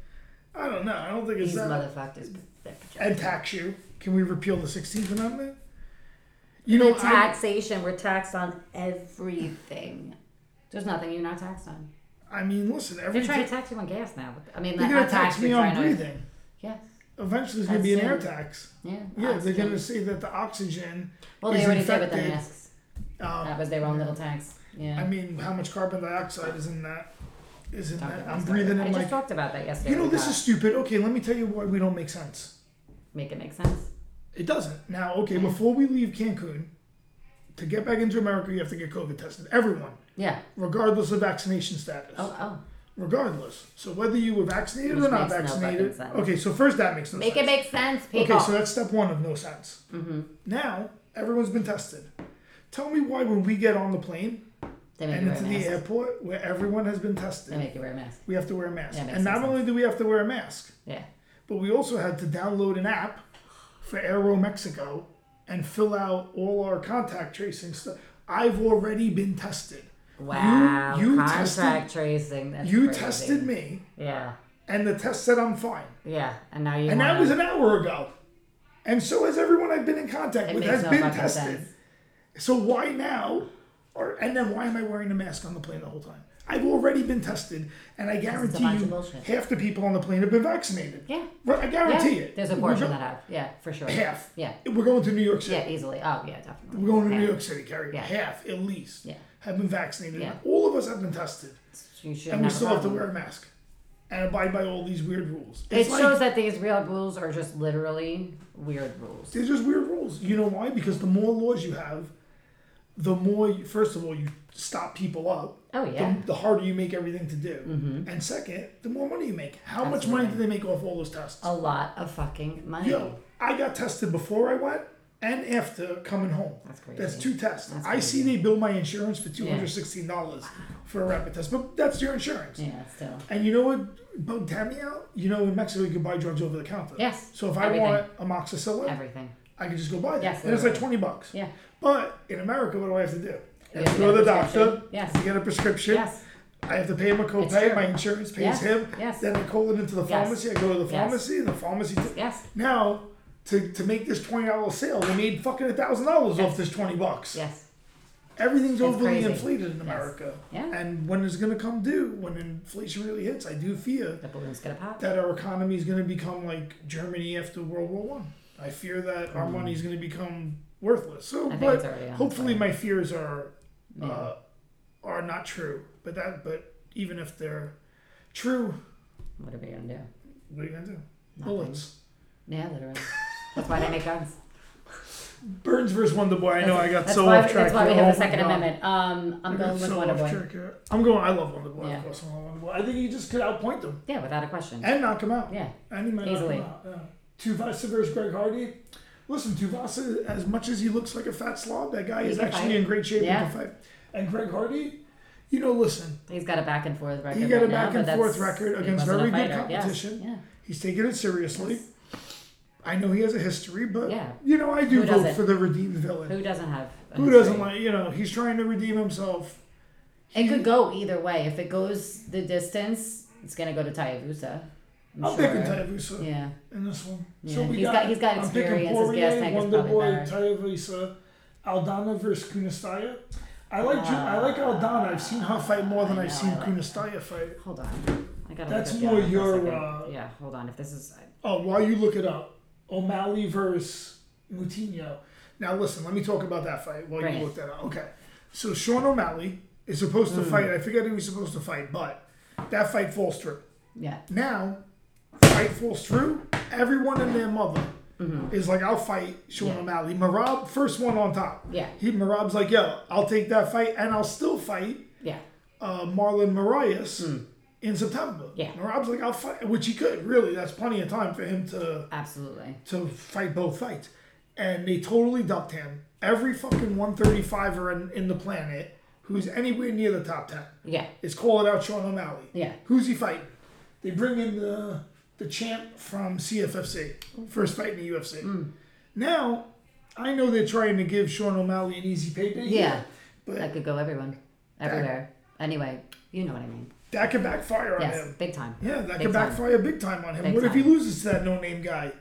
i don't know i don't think it's
These
that
motherfuckers. they're
and tax you can we repeal the 16th amendment you know
projecting. Taxation. We're taxed on everything. There's nothing you're not taxed on.
I, I mean listen
They're
every
trying
time
to tax you on gas now. but- I mean,
they're
not,
gonna
not
tax
tax
me
you
on
trying to-
breathing
Yes.
eventually there's gonna be an
That's
air
it.
tax
Yeah.
yeah
oxygen.
they're gonna say that the oxygen
Well, they
is
already did
infected.
with the masks.
um,
That was their own little tax. Yeah.
I mean, how much carbon dioxide is in that? Is in
Talked
that?
about
I'm
this
breathing
already. I
in
just
like,
talked about that yesterday.
you know,
with
this
God.
is stupid. Okay, let me tell you why we don't make sense.
make it make sense.
It doesn't. Now, okay, before we leave Cancun, to get back into America, you have to get COVID tested. Everyone,
Yeah.
regardless of vaccination status.
Oh, oh.
Regardless. So whether you were vaccinated
Which
or not
makes no fucking
vaccinated.
sense.
okay, so first that makes no
Make it
sense.
make sense, people.
okay, so that's step one of no sense.
Mm-hmm.
Now everyone's been tested. Tell me why when we get on the plane
they make
and
you wear a
into the
mask.
airport where everyone has been tested.
They make you wear a mask.
we have to wear a mask.
Yeah, makes
and not
sense.
only do we have to wear a mask,
Yeah.
but we also had to download an app for Aero Mexico and fill out all our contact tracing stuff. I've already been tested.
Wow.
you
Contract tracing. That's
You
crazy.
tested me,
Yeah.
and the test said I'm fine.
Yeah. And now you.
And
wanna,
that was an hour ago. And so has everyone I've been in contact
It
with
makes
has
no
been
fucking
tested.
sense.
So why now? Or and then why am I wearing a mask on the plane the whole time? I've already been tested, and I
it's a
guarantee
bunch of
you,
bullshit.
half the people on the plane have been vaccinated.
Yeah.
Right, I
Yeah.
guarantee it.
There's a
We're
portion
go-
that have. Yeah, for sure.
half.
Yeah.
We're going to New York City.
Yeah, easily. Oh, yeah, definitely.
We're going to New
Yeah.
York City, Carrie.
Yeah.
Half at least
Yeah.
have been vaccinated.
Yeah.
All of us have been tested,
You should
and we still have to wear a mask. and abide by all these weird rules.
It
It's like-
shows that these real rules are just literally weird rules.
They're just weird rules. You know why? Because the more laws you have, the more, you, first of all, you stop people up.
Oh yeah. Mm-hmm.
The, the harder you make everything to do. And second, the more money you make. How much money do they make off all those tests?
A lot of fucking money.
Yo, I got tested before I went and after coming home.
That's crazy.
That's two tests. I see they bill my insurance for $216 for a rapid test, but that's your insurance.
Yeah, still.
And you know what bugged Tammy out? You know, in Mexico, you can buy drugs over the counter.
Yes,
So if I
everything.
want amoxicillin,
Everything.
I can just go buy them.
Yes,
and it's like 20
literally.
bucks.
Yeah.
But in America, what do I have to do? I
You
have to go to
have to
the
get a prescription.
doctor.
Yes.
To get a prescription.
Yes.
I have to pay him a
It's
copay.
true.
My insurance pays
Yes,
him.
yes.
Then I call it into the
Yes.
pharmacy. I go to the
Yes.
pharmacy, and the pharmacy. T-
Yes.
Now, to, to make this twenty dollars sale, they made fucking a thousand dollars off this twenty bucks.
Yes.
Everything's
That's
overly
crazy.
inflated in America.
Yeah.
And when it's gonna come due, when inflation really hits, I do fear
The balloon's gonna pop.
that our economy is going to become like Germany after World War One. I. fear that our money is going to become worthless. So,
think
but
it's already on its
hopefully, my fears are uh, are not true. But that, but even if they're true,
What are we gonna do?
what are you going to do?
Nothing.
Bullets.
Yeah, literally. That's why they make guns.
Burns versus Wonder Boy. I know I got
That's
so
why,
off track.
That's why we
here. Oh
have the
my
Second
God.
Amendment. Um, I'm
I got
going with
so
Wonder
off
Boy.
track here. I'm going. I love Wonder Boy.
Yeah.
Of course, I love Wonder Boy. I think you just could outpoint them
Yeah, without a question.
and knock them out.
Yeah.
And he might knock
Easily.
him out. Yeah. Tuvasa versus Greg Hardy. Listen, Tuvasa, as much as he looks like a fat slob, that guy is
can
actually
fight.
in great shape.
Yeah.
He can fight. And Greg Hardy, you know, listen,
He's got a back and forth record.
he got a
right now,
back
but
and forth
that's-
record
he
against
wasn't a
very good
fighter. Yes,
competition.
Yeah.
He's taking it seriously. I know he has a history, but
Yeah.
you know, I do
Who
vote
doesn't?
for the redeemed villain.
Who doesn't have? a
Who doesn't
history?
like, you know, he's trying to redeem himself.
It could go either way. If it goes the distance, it's gonna go to Tyavusa. I'm
I'm
sure.
picking Tyavusa
Yeah.
in this one.
Yeah. He's got- he's got
I'm
experience.
picking
His gas tank is probably
Wonderboy, Tyavusa, Aldana versus Kunistaya. I like Ju- I like Aldana. I've seen her fight more than
Ah. I
I've
know,
seen
I like
Kunistaya fight.
Hold on. I gotta.
That's
look up
more
Yana for a
your,
second.
uh,
Yeah. Hold on. If this is.
Oh, while you look it up, O'Malley versus Moutinho. Now listen, let me talk about that fight while
Right.
you look that up. Okay, so Sean O'Malley is supposed
Hmm.
to fight. I forget who he's supposed to fight, but that fight falls through.
Yeah.
Now, fight falls through. Everyone and their mother is like, I'll fight Sean
Mm-hmm. Yeah.
O'Malley. Marab, first one on top.
Yeah.
He Marab's like, yo, I'll take that fight and I'll still fight
Yeah.
uh, Marlon Marias in September.
Hmm. Yeah.
Marab's like, I'll fight, which he could really. That's plenty of time for him to
Absolutely.
to fight both fights. And they totally dumped him. Every fucking 135er in, in the planet who's anywhere near the top 10
Yeah.
is calling out Sean O'Malley.
Yeah.
Who's he fighting? They bring in the the champ from CFFC, first fight in the UFC.
Mm.
Now, I know they're trying to give Sean O'Malley an easy payday. here,
Yeah.
but
That could go everyone, everywhere. Anyway, you know what I mean.
that could backfire on
Yes.
him.
Big time.
Yeah, that
Big
could
time.
backfire big time on him.
Big
what if he
time.
loses to that no name guy?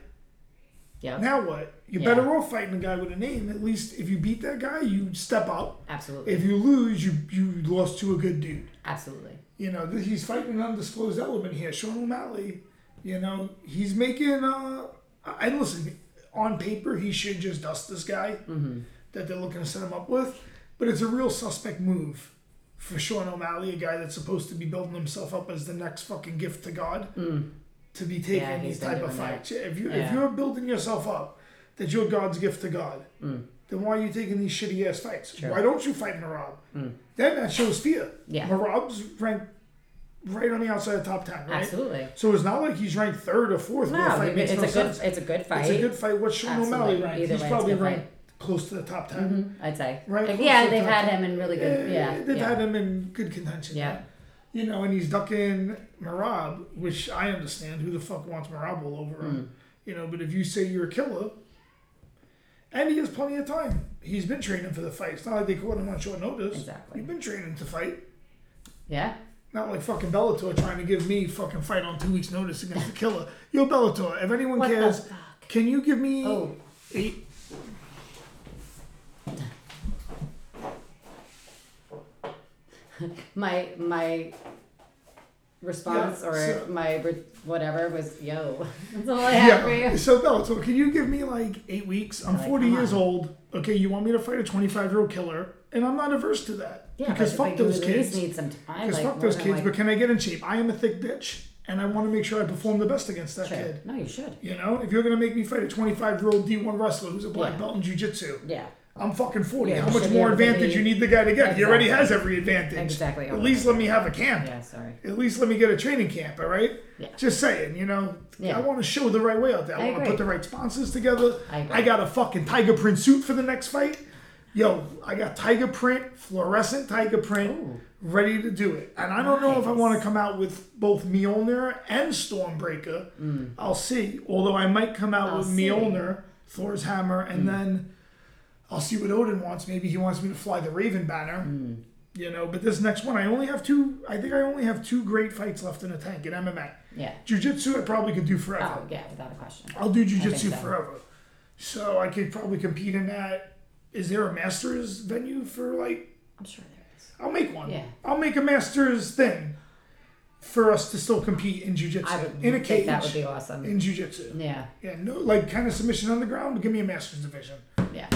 Yeah.
Now what? You're
Yeah.
better off fighting a guy with a name. At least if you beat that guy, you step up.
Absolutely.
If you lose, you you lost to a good dude.
Absolutely.
you know, th- he's fighting an undisclosed element here. Sean O'Malley, you know, he's making. Uh, and listen, on paper, he should just dust this guy
Mm-hmm.
that they're looking to set him up with, but it's a real suspect move for Sean O'Malley, a guy that's supposed to be building himself up as the next fucking gift to God, to be taking
Mm. Yeah, he's
these
been
type of
doing that.
fights. If you
Yeah.
if you're building yourself up that you're God's gift to God,
Mm.
then why are you taking these shitty ass fights? Why don't you fight Marab? Then that shows fear.
Mm. Yeah.
Marab's ranked right on the outside of top ten, right?
Absolutely.
So it's not like he's ranked third or fourth. where the
No,
fight
it-
makes
it's a
no
good.
sense.
It's a good fight.
It's a good fight. What's Sean O'Malley
Absolutely.
ranked?
Either
he's
way, it's a
probably
good fight.
ranked close to the top 10
I'd say.
Right,
Like,
close
yeah,
to
they've
top
had
ten.
him in really
Eh,
good. Yeah.
they've
yeah.
had him in good contention.
Yeah.
You know, and he's ducking Marab, which I understand. Who the fuck wants Marab all over
Mm.
him? You know, but if you say you're a killer, and he has plenty of time, he's been training for the fight. It's not like they caught him on short notice.
Exactly.
You've been training to fight.
Yeah.
Not like fucking Bellator trying to give me fucking fight on two weeks' notice against the killer. Yo, Bellator, if anyone
What the
cares,
fuck?
can you give me
Oh.
eight?
My my response
Yeah,
or
so-
my re- whatever was yo. That's all I have for
Yeah.
you.
So Bellator, can you give me like eight weeks? I'm
Like,
40
come
years
on.
old. Okay, you want me to fight a 25 year old killer, and I'm not averse to that
Yeah,
because
but
fuck
like,
those
you at least
kids.
need some time.
Because
Like,
fuck
more
those
than,
kids.
like-
But can I get in shape? I am a thick bitch. and I want to make sure I perform the best against that
Sure.
kid.
No, you should.
You know, if you're gonna make me fight a 25 year old D1 wrestler who's a black
Yeah.
belt in jujitsu,
Yeah.
I'm fucking 40.
Yeah,
How
you
much
should be
more
able to
advantage
be-
you need the guy to get? He already
Exactly.
has every advantage.
Exactly.
At least let me have a camp.
Yeah, sorry.
At least let me get a training camp. All right.
Yeah.
Just saying, you know,
Yeah.
I want to show the right way out there.
I
I, want to
agree.
put the right sponsors together.
I agree.
got a fucking tiger print suit for the next fight. Yo, I got tiger print, fluorescent tiger print,
Ooh.
ready to do it. And I don't know if I
Nice.
want to come out with both Mjolnir and Stormbreaker.
Mm.
I'll see. Although I might come out
I'll
with
see. Hmm.
Mjolnir, Thor's hammer, and then I'll see what Odin wants. Maybe he wants me to fly the Raven banner.
Hmm.
You know, but this next one, I only have two. I think I only have two great fights left in the tank in MMA.
Yeah.
Jiu-jitsu, I probably could do forever.
Oh, yeah, without a question.
I'll do jiu-jitsu
I think so.
forever. So I could probably compete in that. Is there a master's venue for like
I'm sure there is.
I'll make one.
Yeah.
I'll make a master's thing for us to still compete in
I
jiu-jitsu
would
in a
think
cage
that would be awesome.
in jiu-jitsu.
yeah.
Yeah, no like kind of submission on the ground, but give me a master's division.
Yeah.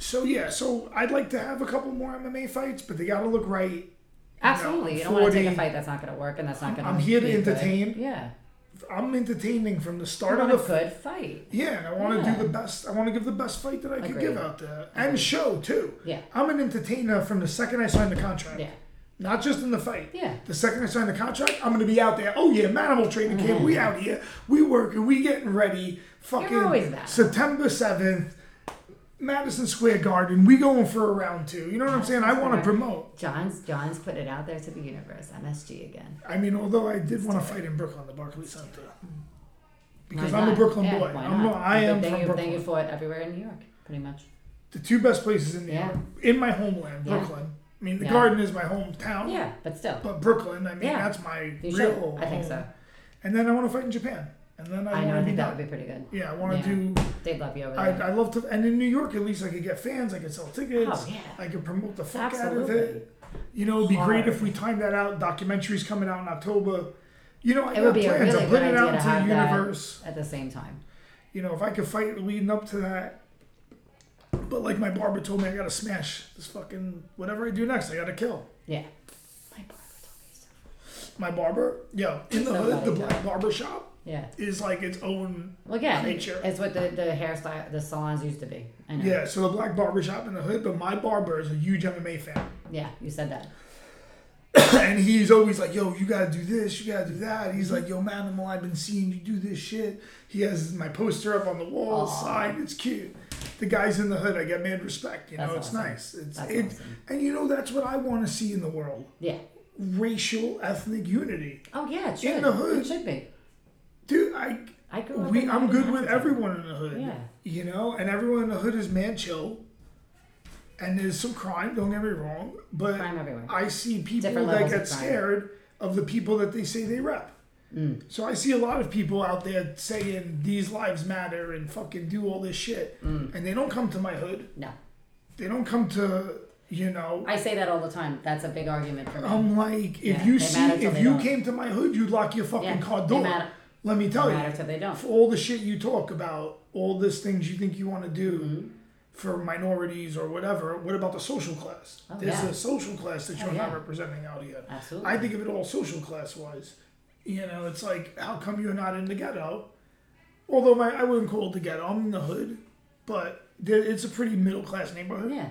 So yeah, so I'd like to have a couple more MMA fights, but they got to look right.
Absolutely. you don't want to take
40
a fight that's not going to work and that's not going to
I'm here to
be good.
entertain.
Yeah.
I'm entertaining from the
I
start
want
of
a
the
good fight.
Yeah, and I want to
Yeah.
do the best. I want to give the best fight that I could
Agreed.
give out there and show too.
Yeah.
I'm an entertainer from the second I signed the contract.
Yeah.
Not just in the fight.
Yeah.
The second I sign the contract, I'm gonna be out there. Oh yeah, Manimal Training Camp. We out here. We working. We getting ready. Fucking
always that.
September seventh, Madison Square Garden. We going for a round two. You know what I'm saying? I want to
Madison Square.
promote.
John's John's put it out there to the universe. MSG again.
I mean, although I did want to fight in Brooklyn, the Barclays Center, because
Why
I'm a
not?
Brooklyn
yeah,
boy.
Why
I'm,
not?
I am
They-
from
they,
Brooklyn.
They fought everywhere in New York, pretty much.
the two best places in New
Yeah.
York, in my homeland,
Yeah.
Brooklyn. I mean, the
Yeah.
Garden is my hometown,
Yeah, but still,
but Brooklyn, I mean,
Yeah.
that's my
you
real
should.
home.
I think so.
And then I want to fight in Japan, and then I,
I know.
want to
I
be
think that
done.
would be pretty good.
Oh. Yeah, I want to
Yeah.
do.
They'd love you over
I
there.
I love to, and in New York at least I could get fans. I could sell tickets.
Oh, yeah.
I could promote the fuck out of
Absolutely.
it. You know, it'd be great
Hard.
if we timed that out. Documentaries coming out in October. You know, I
It
got
would be a
plans.
really
I'm
good
putting it
idea
out
to
into the
have that
universe.
at the same time.
You know, if I could fight leading up to that. But like my barber told me, I gotta smash this fucking whatever I do next. I gotta kill.
Yeah. My barber told me so.
my barber, yo, in the
So
hood, the
funny,
black barber shop
Yeah.
is like its own.
Well, again, it-
Nature.
it's what the, the hairstyle, the salons used to be. I know.
Yeah, so the black barber shop in the hood, but my barber is a huge MMA fan,
Yeah, you said that.
and he's always like, "Yo, you gotta do this, you gotta do that." He's like, "Yo, Manimal, I've been seeing you do this shit." He has my poster up on the wall, side. It's cute. The guys in the hood, I get mad respect. You know, it's
That's awesome.
nice. It's
That's
it,
awesome.
and you know that's what I want to see in the world:
Yeah.
racial, ethnic unity.
Oh yeah, it should.
the hood.
It should be.
Dude, I
I grew up.
we,
in
I'm
that
good with
town.
everyone in the hood.
Yeah.
You know, and everyone in the hood is man chill. And there's some crime, don't get me wrong, but
Crime everywhere.
I see people
Different
that
levels
get
of crime. Mm.
scared of the people that they say they rep. So I see a lot of people out there saying these lives matter and fucking do all this shit,
Mm.
and they don't come to my hood.
No,
They don't come to you know.
I say that all the time. That's a big argument for me.
I'm like, if
Yeah,
you
they
see,
matter till
if
they
you
don't.
came to my hood, you'd lock your fucking
Yeah,
car
they
door.
matter-
Let me tell
no
you,
matter till they don't.
for all the shit you talk about, all these things you think you want to do
Mm-hmm.
for minorities or whatever, what about the social class?
Oh,
There's
yeah. Oh,
a social class that you're not
yeah.
representing out yet.
Absolutely.
I think of it all social class wise. You know, it's like, how come you're not in the ghetto? Although my, I wouldn't call it the ghetto, I'm in the hood, but there, it's a pretty middle class neighborhood,
yeah.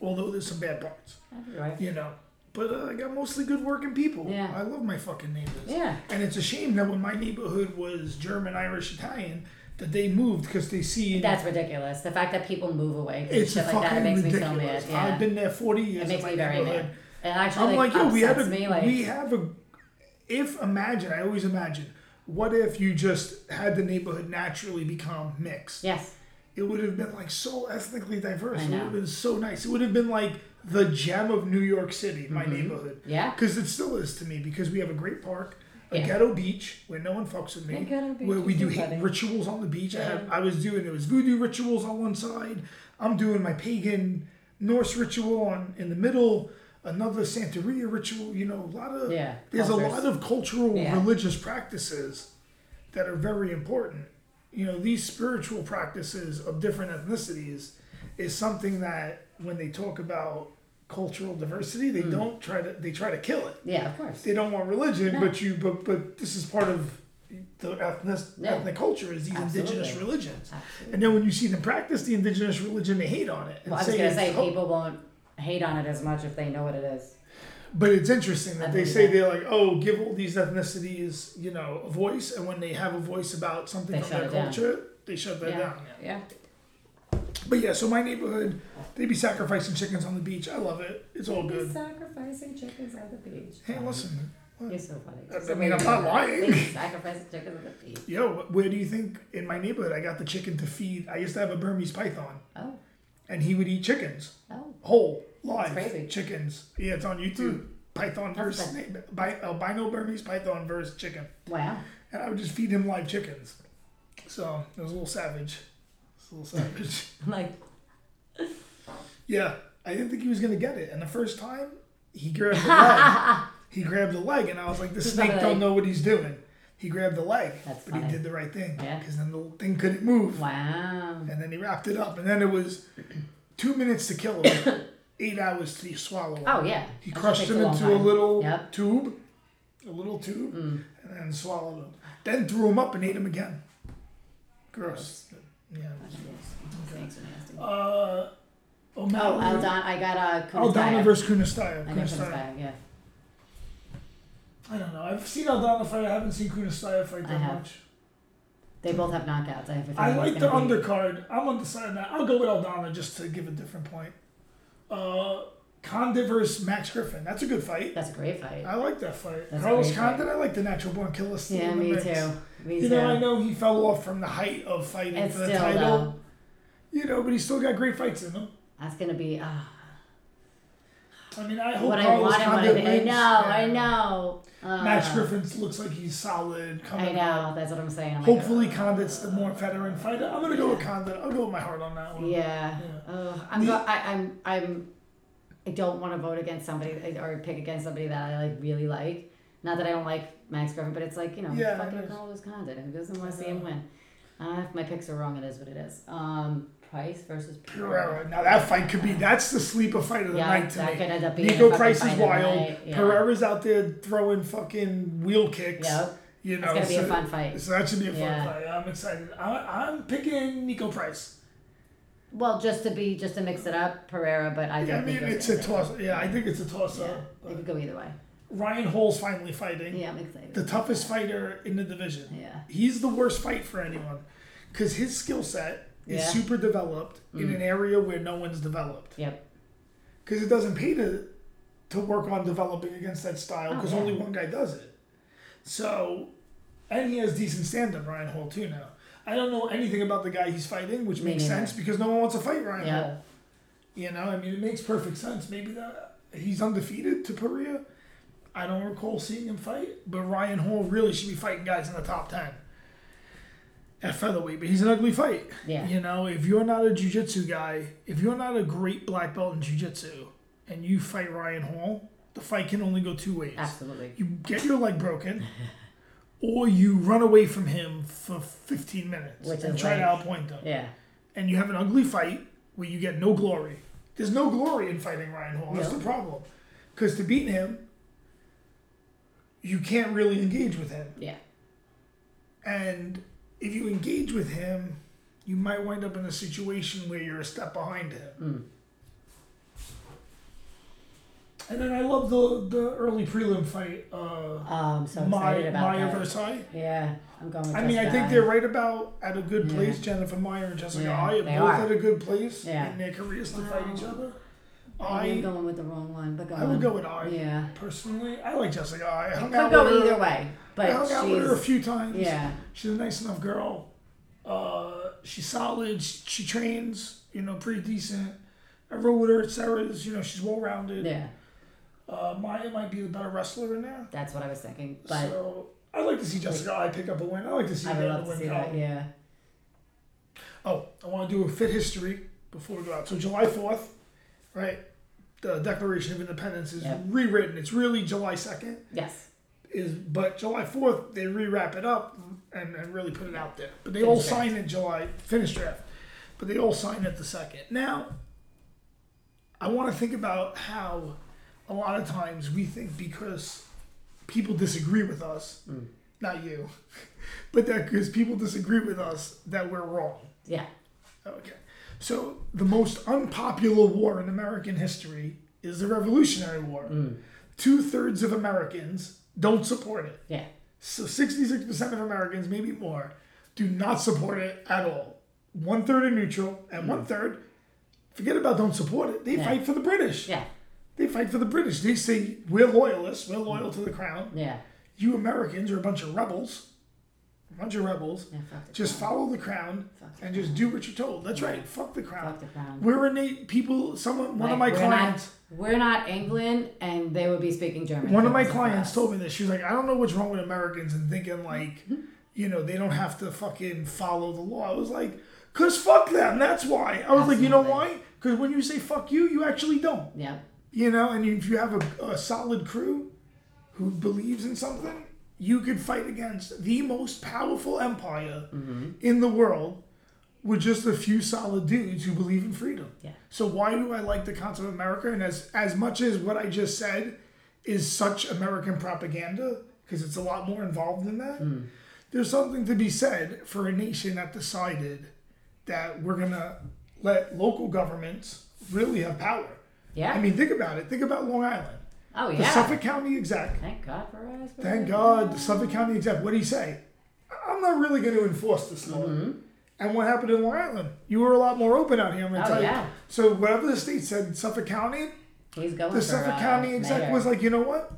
although there's some bad parts,
That'd be right.
you know. But uh, I got mostly good working people.
Yeah.
I love my fucking neighbors.
Yeah.
And it's a shame that when my neighborhood was German, Irish, Italian, that they moved because they see
That's ridiculous. The fact that people move away from
it's
shit like
fucking
that it makes
ridiculous.
me so mad.
I've
Yeah.
been there forty years.
It makes
in my
me very
neighborhood.
mad. It actually
I'm like, yo, we had a,
upsets me. Like,
we have a. If imagine, I always imagine. What if you just had the neighborhood naturally become mixed?
yes,
It would have been like so ethnically diverse.
I
It would
know.
have been so nice. It would have been like the gem of New York City, my neighborhood.
Mm-hmm. Yeah.
Because it still is to me because we have a great park, a
Yeah.
ghetto beach where no one fucks with me,
The ghetto beach
where we
is
do
so
hit
funny.
rituals on the beach. I, have, I was doing it was voodoo rituals on one side. I'm doing my pagan Norse ritual on in the middle. Another Santeria ritual. You know, a lot of
Yeah,
there's a
cultures.
lot of cultural
Yeah.
religious practices that are very important. You know, these spiritual practices of different ethnicities is something that when they talk about cultural diversity.
Hmm.
They don't try to they try to kill it.
Yeah, of course.
They don't want religion,
No.
but you but but this is part of the ethnic,
Yeah.
ethnic culture is these indigenous
Absolutely.
religions.
Absolutely.
And then when you see them practice the indigenous religion, they hate on it. and
Well, I was gonna
it's-
say
oh,
people won't hate on it as much if they know what it is.
But it's interesting that
I
they
believe
say
that.
they're like, oh, give all these ethnicities, you know, a voice, and when they have a voice about something
They
from
shut
their
it down.
culture, they shut that
yeah.
down.
yeah.
But yeah, so my neighborhood, they be sacrificing chickens on the beach. I love it. It's all good.
Sacrificing chickens at the beach.
Hey, listen,
You're so funny.
I mean, I'm not lying.
Sacrificing chickens at the beach.
yo, where do you think in my neighborhood I got the chicken to feed? I used to have a Burmese python,
Oh,
and he would eat chickens
oh,
whole, live
crazy. Hmm.
chickens. Yeah, it's on YouTube. Python
That's
versus na- bi- albino Burmese python versus chicken.
wow.
and I would just feed him live chickens. So it was a little savage. It's a little savage.
Like,
yeah, I didn't think he was gonna get it, and the first time he grabbed the leg, he grabbed the leg, and I was like, "This
Just grab
snake
the
don't
leg.
know what he's doing." He grabbed the leg,
That's
but he
funny.
did the right thing
Yeah.
because then the thing couldn't move,
wow.
and then he wrapped it up, and then it was two minutes to kill him, eight hours to swallow him.
Oh yeah.
He
That
crushed
takes a
him
long
into a
time.
little
Yep. Mm.
tube, a little tube, and then swallowed him. Then threw him up and ate him again. Gross. Yeah.
Snakes are nasty.
Uh,
Oh, Aldon,
O'Malley.
I got a
Aldana
kunstaya.
versus Kunistaya.
I got
Kunistaya.
kunstaya. Yeah.
I don't know. I've seen Aldana fight. I haven't seen Kunistaya fight
I
that
have.
much.
They both have knockouts. I have a
I
feeling
like
it's
the
gonna be-
undercard. I'm undecided now. I'll go with Aldana just to give a different point. Uh, Conde versus Max Griffin. That's a good fight.
That's a great fight.
I like that fight.
That's a
Carlos
great fight.
Condit, I like the natural born killer. still
Yeah,
in the
me
mix.
too. Me
You
too.
know, I know he fell off from the height of fighting
It's
for the
still
title.
though.
You know, but he's still got great fights in him.
That's gonna be ah.
I mean, I hope
what I
Carlos
want and what I
Condit
think. I
wins.
know.
Yeah.
I know. Uh,
Max Griffin looks like he's solid. Coming
I know. That's what I'm saying. I'm like,
Hopefully, Condit's the more veteran fighter. I'm gonna go with Condit. I'll go with my heart on that one.
Yeah.
Yeah.
Ugh, I'm, go- I, I'm. I'm. I don't want to vote against somebody or pick against somebody that I like really like. Not that I don't like Max Griffin, but it's like you know,
Yeah, it
fucking
is.
Carlos Condit. Who doesn't want to see
Yeah.
him win? Uh, if my picks are wrong, it is what it is. Um, Price versus
Pereira. Now that fight could be that's the sleeper fight of the
Yeah,
night to
that
me.
could end up being a
Nico
fucking
Price
fight
is
of the
wild.
night, yeah.
Pereira's out there throwing fucking wheel kicks.
Yep.
You know,
It's gonna be
so,
a fun fight.
so that should be a fun
Yeah.
fight. I'm excited. I, I'm picking Nico Price.
Well, just to be just to mix it up, Pereira. But I think
I
they
mean,
go
it's a
together.
toss. Yeah, I think it's a toss up.
Yeah, it could go either way.
Ryan Hall's finally fighting.
Yeah, I'm excited.
The toughest fighter in the division.
Yeah.
He's the worst fight for anyone because his skill set is
Yeah. Mm.
super developed in an area where no one's developed.
Yep.
Because it doesn't pay to to work on developing against that style
Oh,
because
yeah.
only one guy does it. So, and he has decent stand up, Ryan Hall, too, now. I don't know anything about the guy he's fighting, which
Me
makes
neither.
sense because no one wants to fight Ryan
Yeah.
Hall. You know, I mean, it makes perfect sense. Maybe that he's undefeated to Perea. I don't recall seeing him fight, but Ryan Hall really should be fighting guys in the top ten at featherweight. But he's an ugly fight.
Yeah.
You know, if you're not a jujitsu guy, if you're not a great black belt in jujitsu, and you fight Ryan Hall, the fight can only go two ways.
Absolutely.
You get your leg broken, or you run away from him for 15 minutes
Which
and
is
try
like-
to outpoint him
Yeah.
and you have an ugly fight where you get no glory. There's no glory in fighting Ryan Hall. That's
No.
the problem. Because to beat him, you can't really engage with him.
Yeah.
And if you engage with him, you might wind up in a situation where you're a step behind him.
Hmm.
And then I love the the early prelim fight, uh,
Oh, I'm so
Maya,
excited about
Maya
that.
Versailles.
Yeah, I'm going with
I mean, I
Jessica
think
Ai.
they're right about at a good
Yeah.
place. Jennifer Meyer and Jessica
Yeah,
I are
they
both
are.
at a good place
Yeah.
in their careers to
Wow.
fight each other.
Maybe I'm
I
going with the wrong one, but go
I would
on.
go with I
Yeah.
personally. I like Jessica I. I
It
hung
could
out
go
with
either
her.
way,
I
but
hung out with her a
she's
few times.
yeah,
she's a nice enough girl. Uh, she's solid. She, she trains. You know, pretty decent. I rode with her at Sarah's. You know, she's well rounded.
yeah.
Uh, Maya might be the better wrestler in there.
That's what I was thinking. But
so I'd like to see Jessica I pick up a win. I like to see
I
her
would love
win
to see
column.
that. Yeah.
Oh, I want to do a fit history before we go out. So July fourth, right? The Declaration of Independence is
Yep.
rewritten. It's really July second,
Yes.
is but July fourth they rewrap it up and, and really put it out there. But they all
Finish draft.
sign it July finish draft, but they all sign it the second. Now, I want to think about how a lot of times we think because people disagree with us, not you, but that because people disagree with us that we're wrong.
Yeah.
Okay. So the most unpopular war in American history is the Revolutionary War. Two thirds of Americans don't support it.
Yeah.
So 66% of Americans, maybe more, do not support it at all. One third are neutral, and one third, forget about don't support it. They fight for the British.
Yeah.
They fight for the British. They say, we're loyalists, we're loyal to the crown.
Yeah.
You Americans are a bunch of rebels. A bunch of rebels.
Yeah, fuck the
just follow the crown
Fuck the
and just do what you're told. That's right. Fuck the crown.
Fuck the crown.
We're innate people. Someone, one of my
Like, we're
clients.
Not, we're not England, and they would be speaking German.
One
if
of
it
my
wasn't for
clients
us.
told me this. She was like, I don't know what's wrong with Americans and thinking like,
Mm-hmm.
you know, they don't have to fucking follow the law. I was like, cause fuck them. That's why. I was like, you know why?
Absolutely.
Because when you say fuck you, you actually don't.
Yeah.
You know, and if you have a, a solid crew who believes in something, you could fight against the most powerful empire in the world with just a few solid dudes who believe in freedom.
Yeah.
So why do I like the concept of America? And as as much as what I just said is such American propaganda, because it's a lot more involved than that, there's something to be said for a nation that decided that we're gonna let local governments really have power.
Yeah.
I mean, think about it. Think about Long Island.
oh
The
yeah.
Suffolk County exec.
Thank God for us.
Thank God, the Suffolk County exec. What did he say? "I- I'm not really going to enforce this law.
Mm-hmm.
And what happened in Long Island? You were a lot more open out here. I'm going to
Oh,
tell
yeah.
you. So whatever the state said, Suffolk County,
He's going
the
for
Suffolk
uh,
County exec
mayor.
was like, you know what?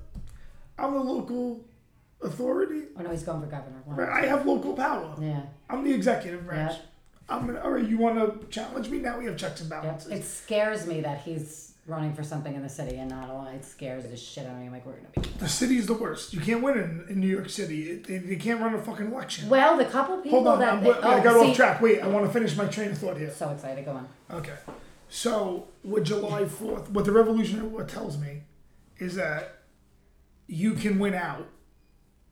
I'm the local authority.
Oh no, he's going for governor. One of
I have local power.
the- Yeah.
I'm the executive branch.
Yeah.
I'm gonna. All right, you want to challenge me? Now we have checks and
Yeah.
balances.
It scares me that he's running for something in the city and not alone. It scares the shit out of me. I'm like, we're gonna be.
The city is the worst. You can't win in, in New York City. It, they, they can't run a fucking election.
Well, the couple people
Hold on,
that
I'm,
they,
I
oh,
got
see,
off track. Wait, I want to finish my train of thought here.
So excited. Go on.
Okay, so what July Fourth, what the Revolutionary War tells me, is that you can win out,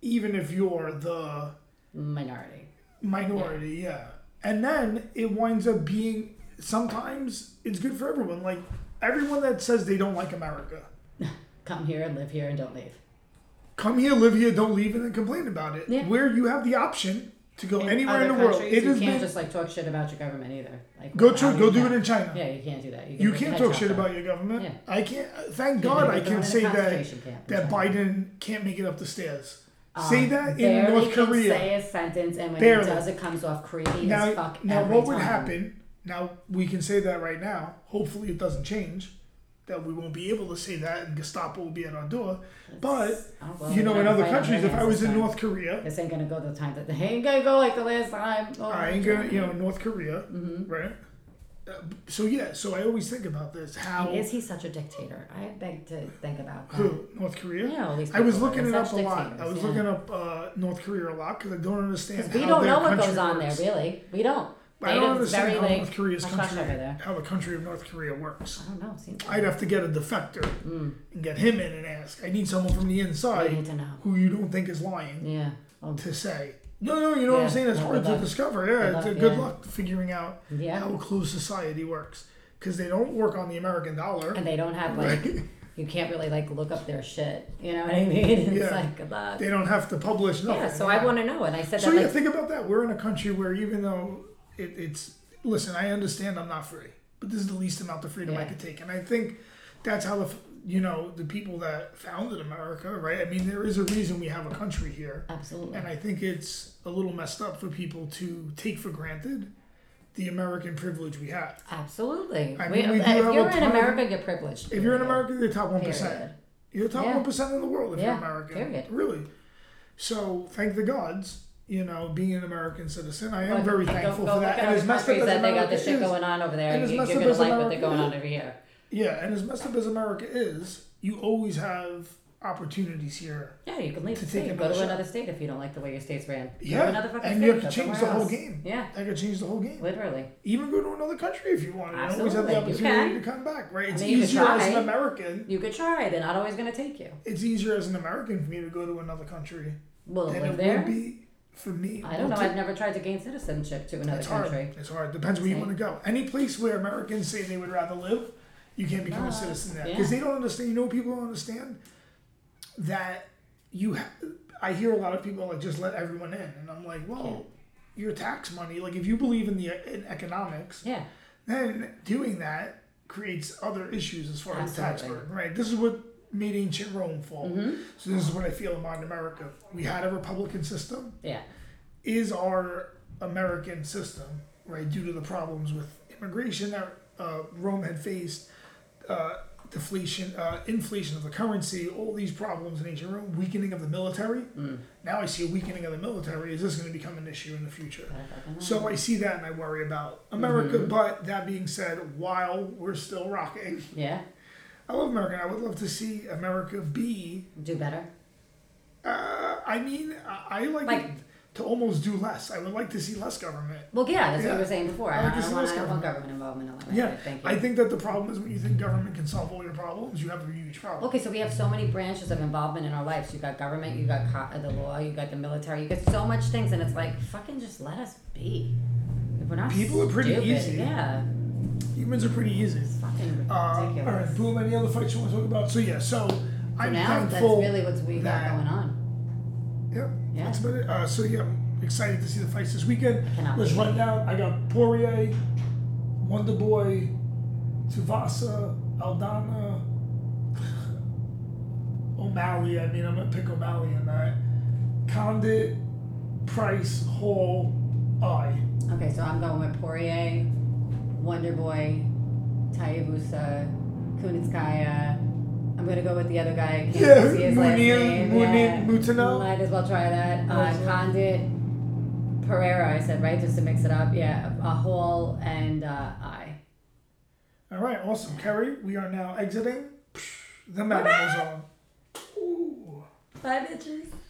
even if you're the
Minority.
minority. Yeah, and then it winds up being sometimes it's good for everyone. Like everyone that says they don't like America,
Come here and live here and don't leave.
come here, live here, don't leave, and then complain about it.
Yeah.
Where you have the option to go anywhere
Other
in the world.
countries,
It
you
has
can't
been
just like talk shit about your government either. Like
go
how
to go
you
do
can-
it in China.
Yeah, you can't do that. You
You
get
can't
head
talk
chopped
shit
off.
about your government.
Yeah.
I can't. uh, Thank
Yeah,
God
but
I
they're in
can
a
say that
concentration camp in
that
China.
Biden can't make it up the stairs. say that in
Barely
North
can
Korea.
say a sentence, and when
Barely.
he does, it comes off creepy as
Now,
fuck.
now
every
what would
time.
happen? Now we can say that right now. Hopefully it doesn't change. That we won't be able to say that, and Gestapo will be at our door. But
Oh, well,
you
we're
know,
not
in other
gonna fight
countries, if I
Iran
was
this
in
time.
North Korea,
this ain't gonna go the time that they ain't gonna go like the last time. Oh,
I ain't gonna, you know, North Korea,
Mm-hmm.
right? Uh, so yeah, so I always think about this. How
Is he such a dictator? I beg to think about that.
Who? North Korea?
Uh, Yeah, all these
I was
people,
looking it
like,
up a
such
lot. I
dictators,
was
yeah.
looking up uh, North Korea a lot because I don't understand.
We
how
don't
their
know what
country
goes on there,
works.
really. We don't.
I don't
Data's
understand
very,
how
like,
North Korea's
hush-hush
country,
over there.
how the country of North Korea works.
I don't know. Seems
I'd have to get a defector and get him in and ask. I need someone from the
Mm. We
inside
need to know.
who you don't think is lying
yeah. Oh,
to say. No, no, you know what I'm
Yeah,
saying. It's
well,
hard
good
to
luck.
discover. Yeah,
Good
it's a
luck,
good
yeah.
luck figuring out
Yeah.
how a closed society works because they don't work on the American dollar.
and they don't have like you can't really like look up their shit. You know what I mean? It's
Yeah.
like good luck.
They don't have to publish nothing.
Yeah, so I want to know, and I said
So
that
yeah,
like
think about that. We're in a country where even though it, it's listen, I understand I'm not free, but this is the least amount of freedom I
Yeah.
could take, and I think that's how the f- you know the people that founded America, right? I mean, there is a reason we have a country here,
absolutely.
and I think it's a little messed up for people to take for granted the American privilege we have.
Absolutely.
I
We- uh,
mean, we do have
if you're
a
in
private-
America, you're privileged.
If you're in
period.
America, you're top one percent.
Period.
You're the top
Yeah.
one percent in the world if you're
Yeah,
American.
period.
Really. So thank the gods, you know, being an American citizen, I am
Look,
very
and go-
thankful
go
for
look
that.
at
And
other
as messed up as
countries that they got
America
this shit
is,
going on over there,
And
you-
as
you're
messed
gonna
up
like
as
what they're
America
going on
is.
over here.
yeah, and as messed up as America is, you always have opportunities here.
Yeah, you can leave
To
the
take
state, go
another
to
shot.
another state if you don't like the way your state's ran. Go to
Yeah,
another fucking
and
state,
you have to
go
change the
somewhere
whole
else.
game.
Yeah,
That could change the whole game.
literally.
Even go to another country if you want. And always have the
Absolutely, you
opportunity to
can.
come back, right? It's
mean, you could
easier as an
try.
American.
You could try. They're not always gonna take you.
It's easier as an American for me to go to another country
Will it
than it
live there?
would be for me.
I don't know.
to
I've never tried to gain citizenship to another
It's
country.
hard. It's hard. Depends where you want to go. Any place where Americans say they would rather live You can't become a
Not.
citizen there
Yeah.
because they don't understand. You know, what people don't understand that you. Ha- I hear a lot of people like just let everyone in, and I'm like, well, your tax money. Like, if you believe in the in economics,
Yeah.
then doing that creates other issues as far as tax
Absolutely. Mm-hmm.
burden, right? This is what made ancient Rome fall. So this is what I feel in modern America. We had a republican system.
Yeah.
Is our American system right due to the problems with immigration that uh, Rome had faced, uh, deflation, uh, inflation of the currency, all these problems in ancient Rome, weakening of the military. Now I see a weakening of the military. Is this going to become an issue in the future?
Mm-hmm.
So I see that and I worry about America. But that being said, while we're still rocking,
Yeah.
I love America. and I would love to see America be.
Do better.
Uh, I mean, I, I like,
Like-
it to almost do less. I would like to see less government.
Well, yeah, that's what
Yeah.
we were saying before.
I
I,
like
I,
this
don't, want, I
list
don't want
government.
government involvement in all that.
Yeah,
Thank you.
I think that the problem is when you think government can solve all your problems, you have a huge problem.
Okay, so we have so many branches of involvement in our lives. You got government, you got co- uh, the law, you got the military, you got so much things, and it's like fucking just let us be. If we're not
People are pretty
stupid,
easy.
Yeah,
Humans are pretty easy.
it's fucking ridiculous.
Uh, all right, boom. Any other fights you want to talk about? So yeah, so
so
I'm
now that's
thankful.
really what's we got
that-
going on.
Yep.
Yeah.
That's about it. Uh, so yeah, I'm excited to see the fights this weekend.
cannot
Let's
wait.
run down. I got Poirier, Wonder Boy, Tuvasa, Aldana, O'Malley. I mean, I'm gonna pick O'Malley in that. Condit, Price, Hall, I.
Okay, so I'm going with Poirier, Wonder Boy, Taibusa, Kunitskaya. I'm gonna go with the other guy. I can't
Yeah,
see his last
Munir-
name.
Munir
yeah.
Mutinov?
Might as well try that.
Might
Uh,
as well.
Condit, Pereira. I said right just to mix it up. Yeah, a hole and uh, I.
All right, awesome, Kerry. We are now exiting. The metal is on. Ooh.
Bye, bitches.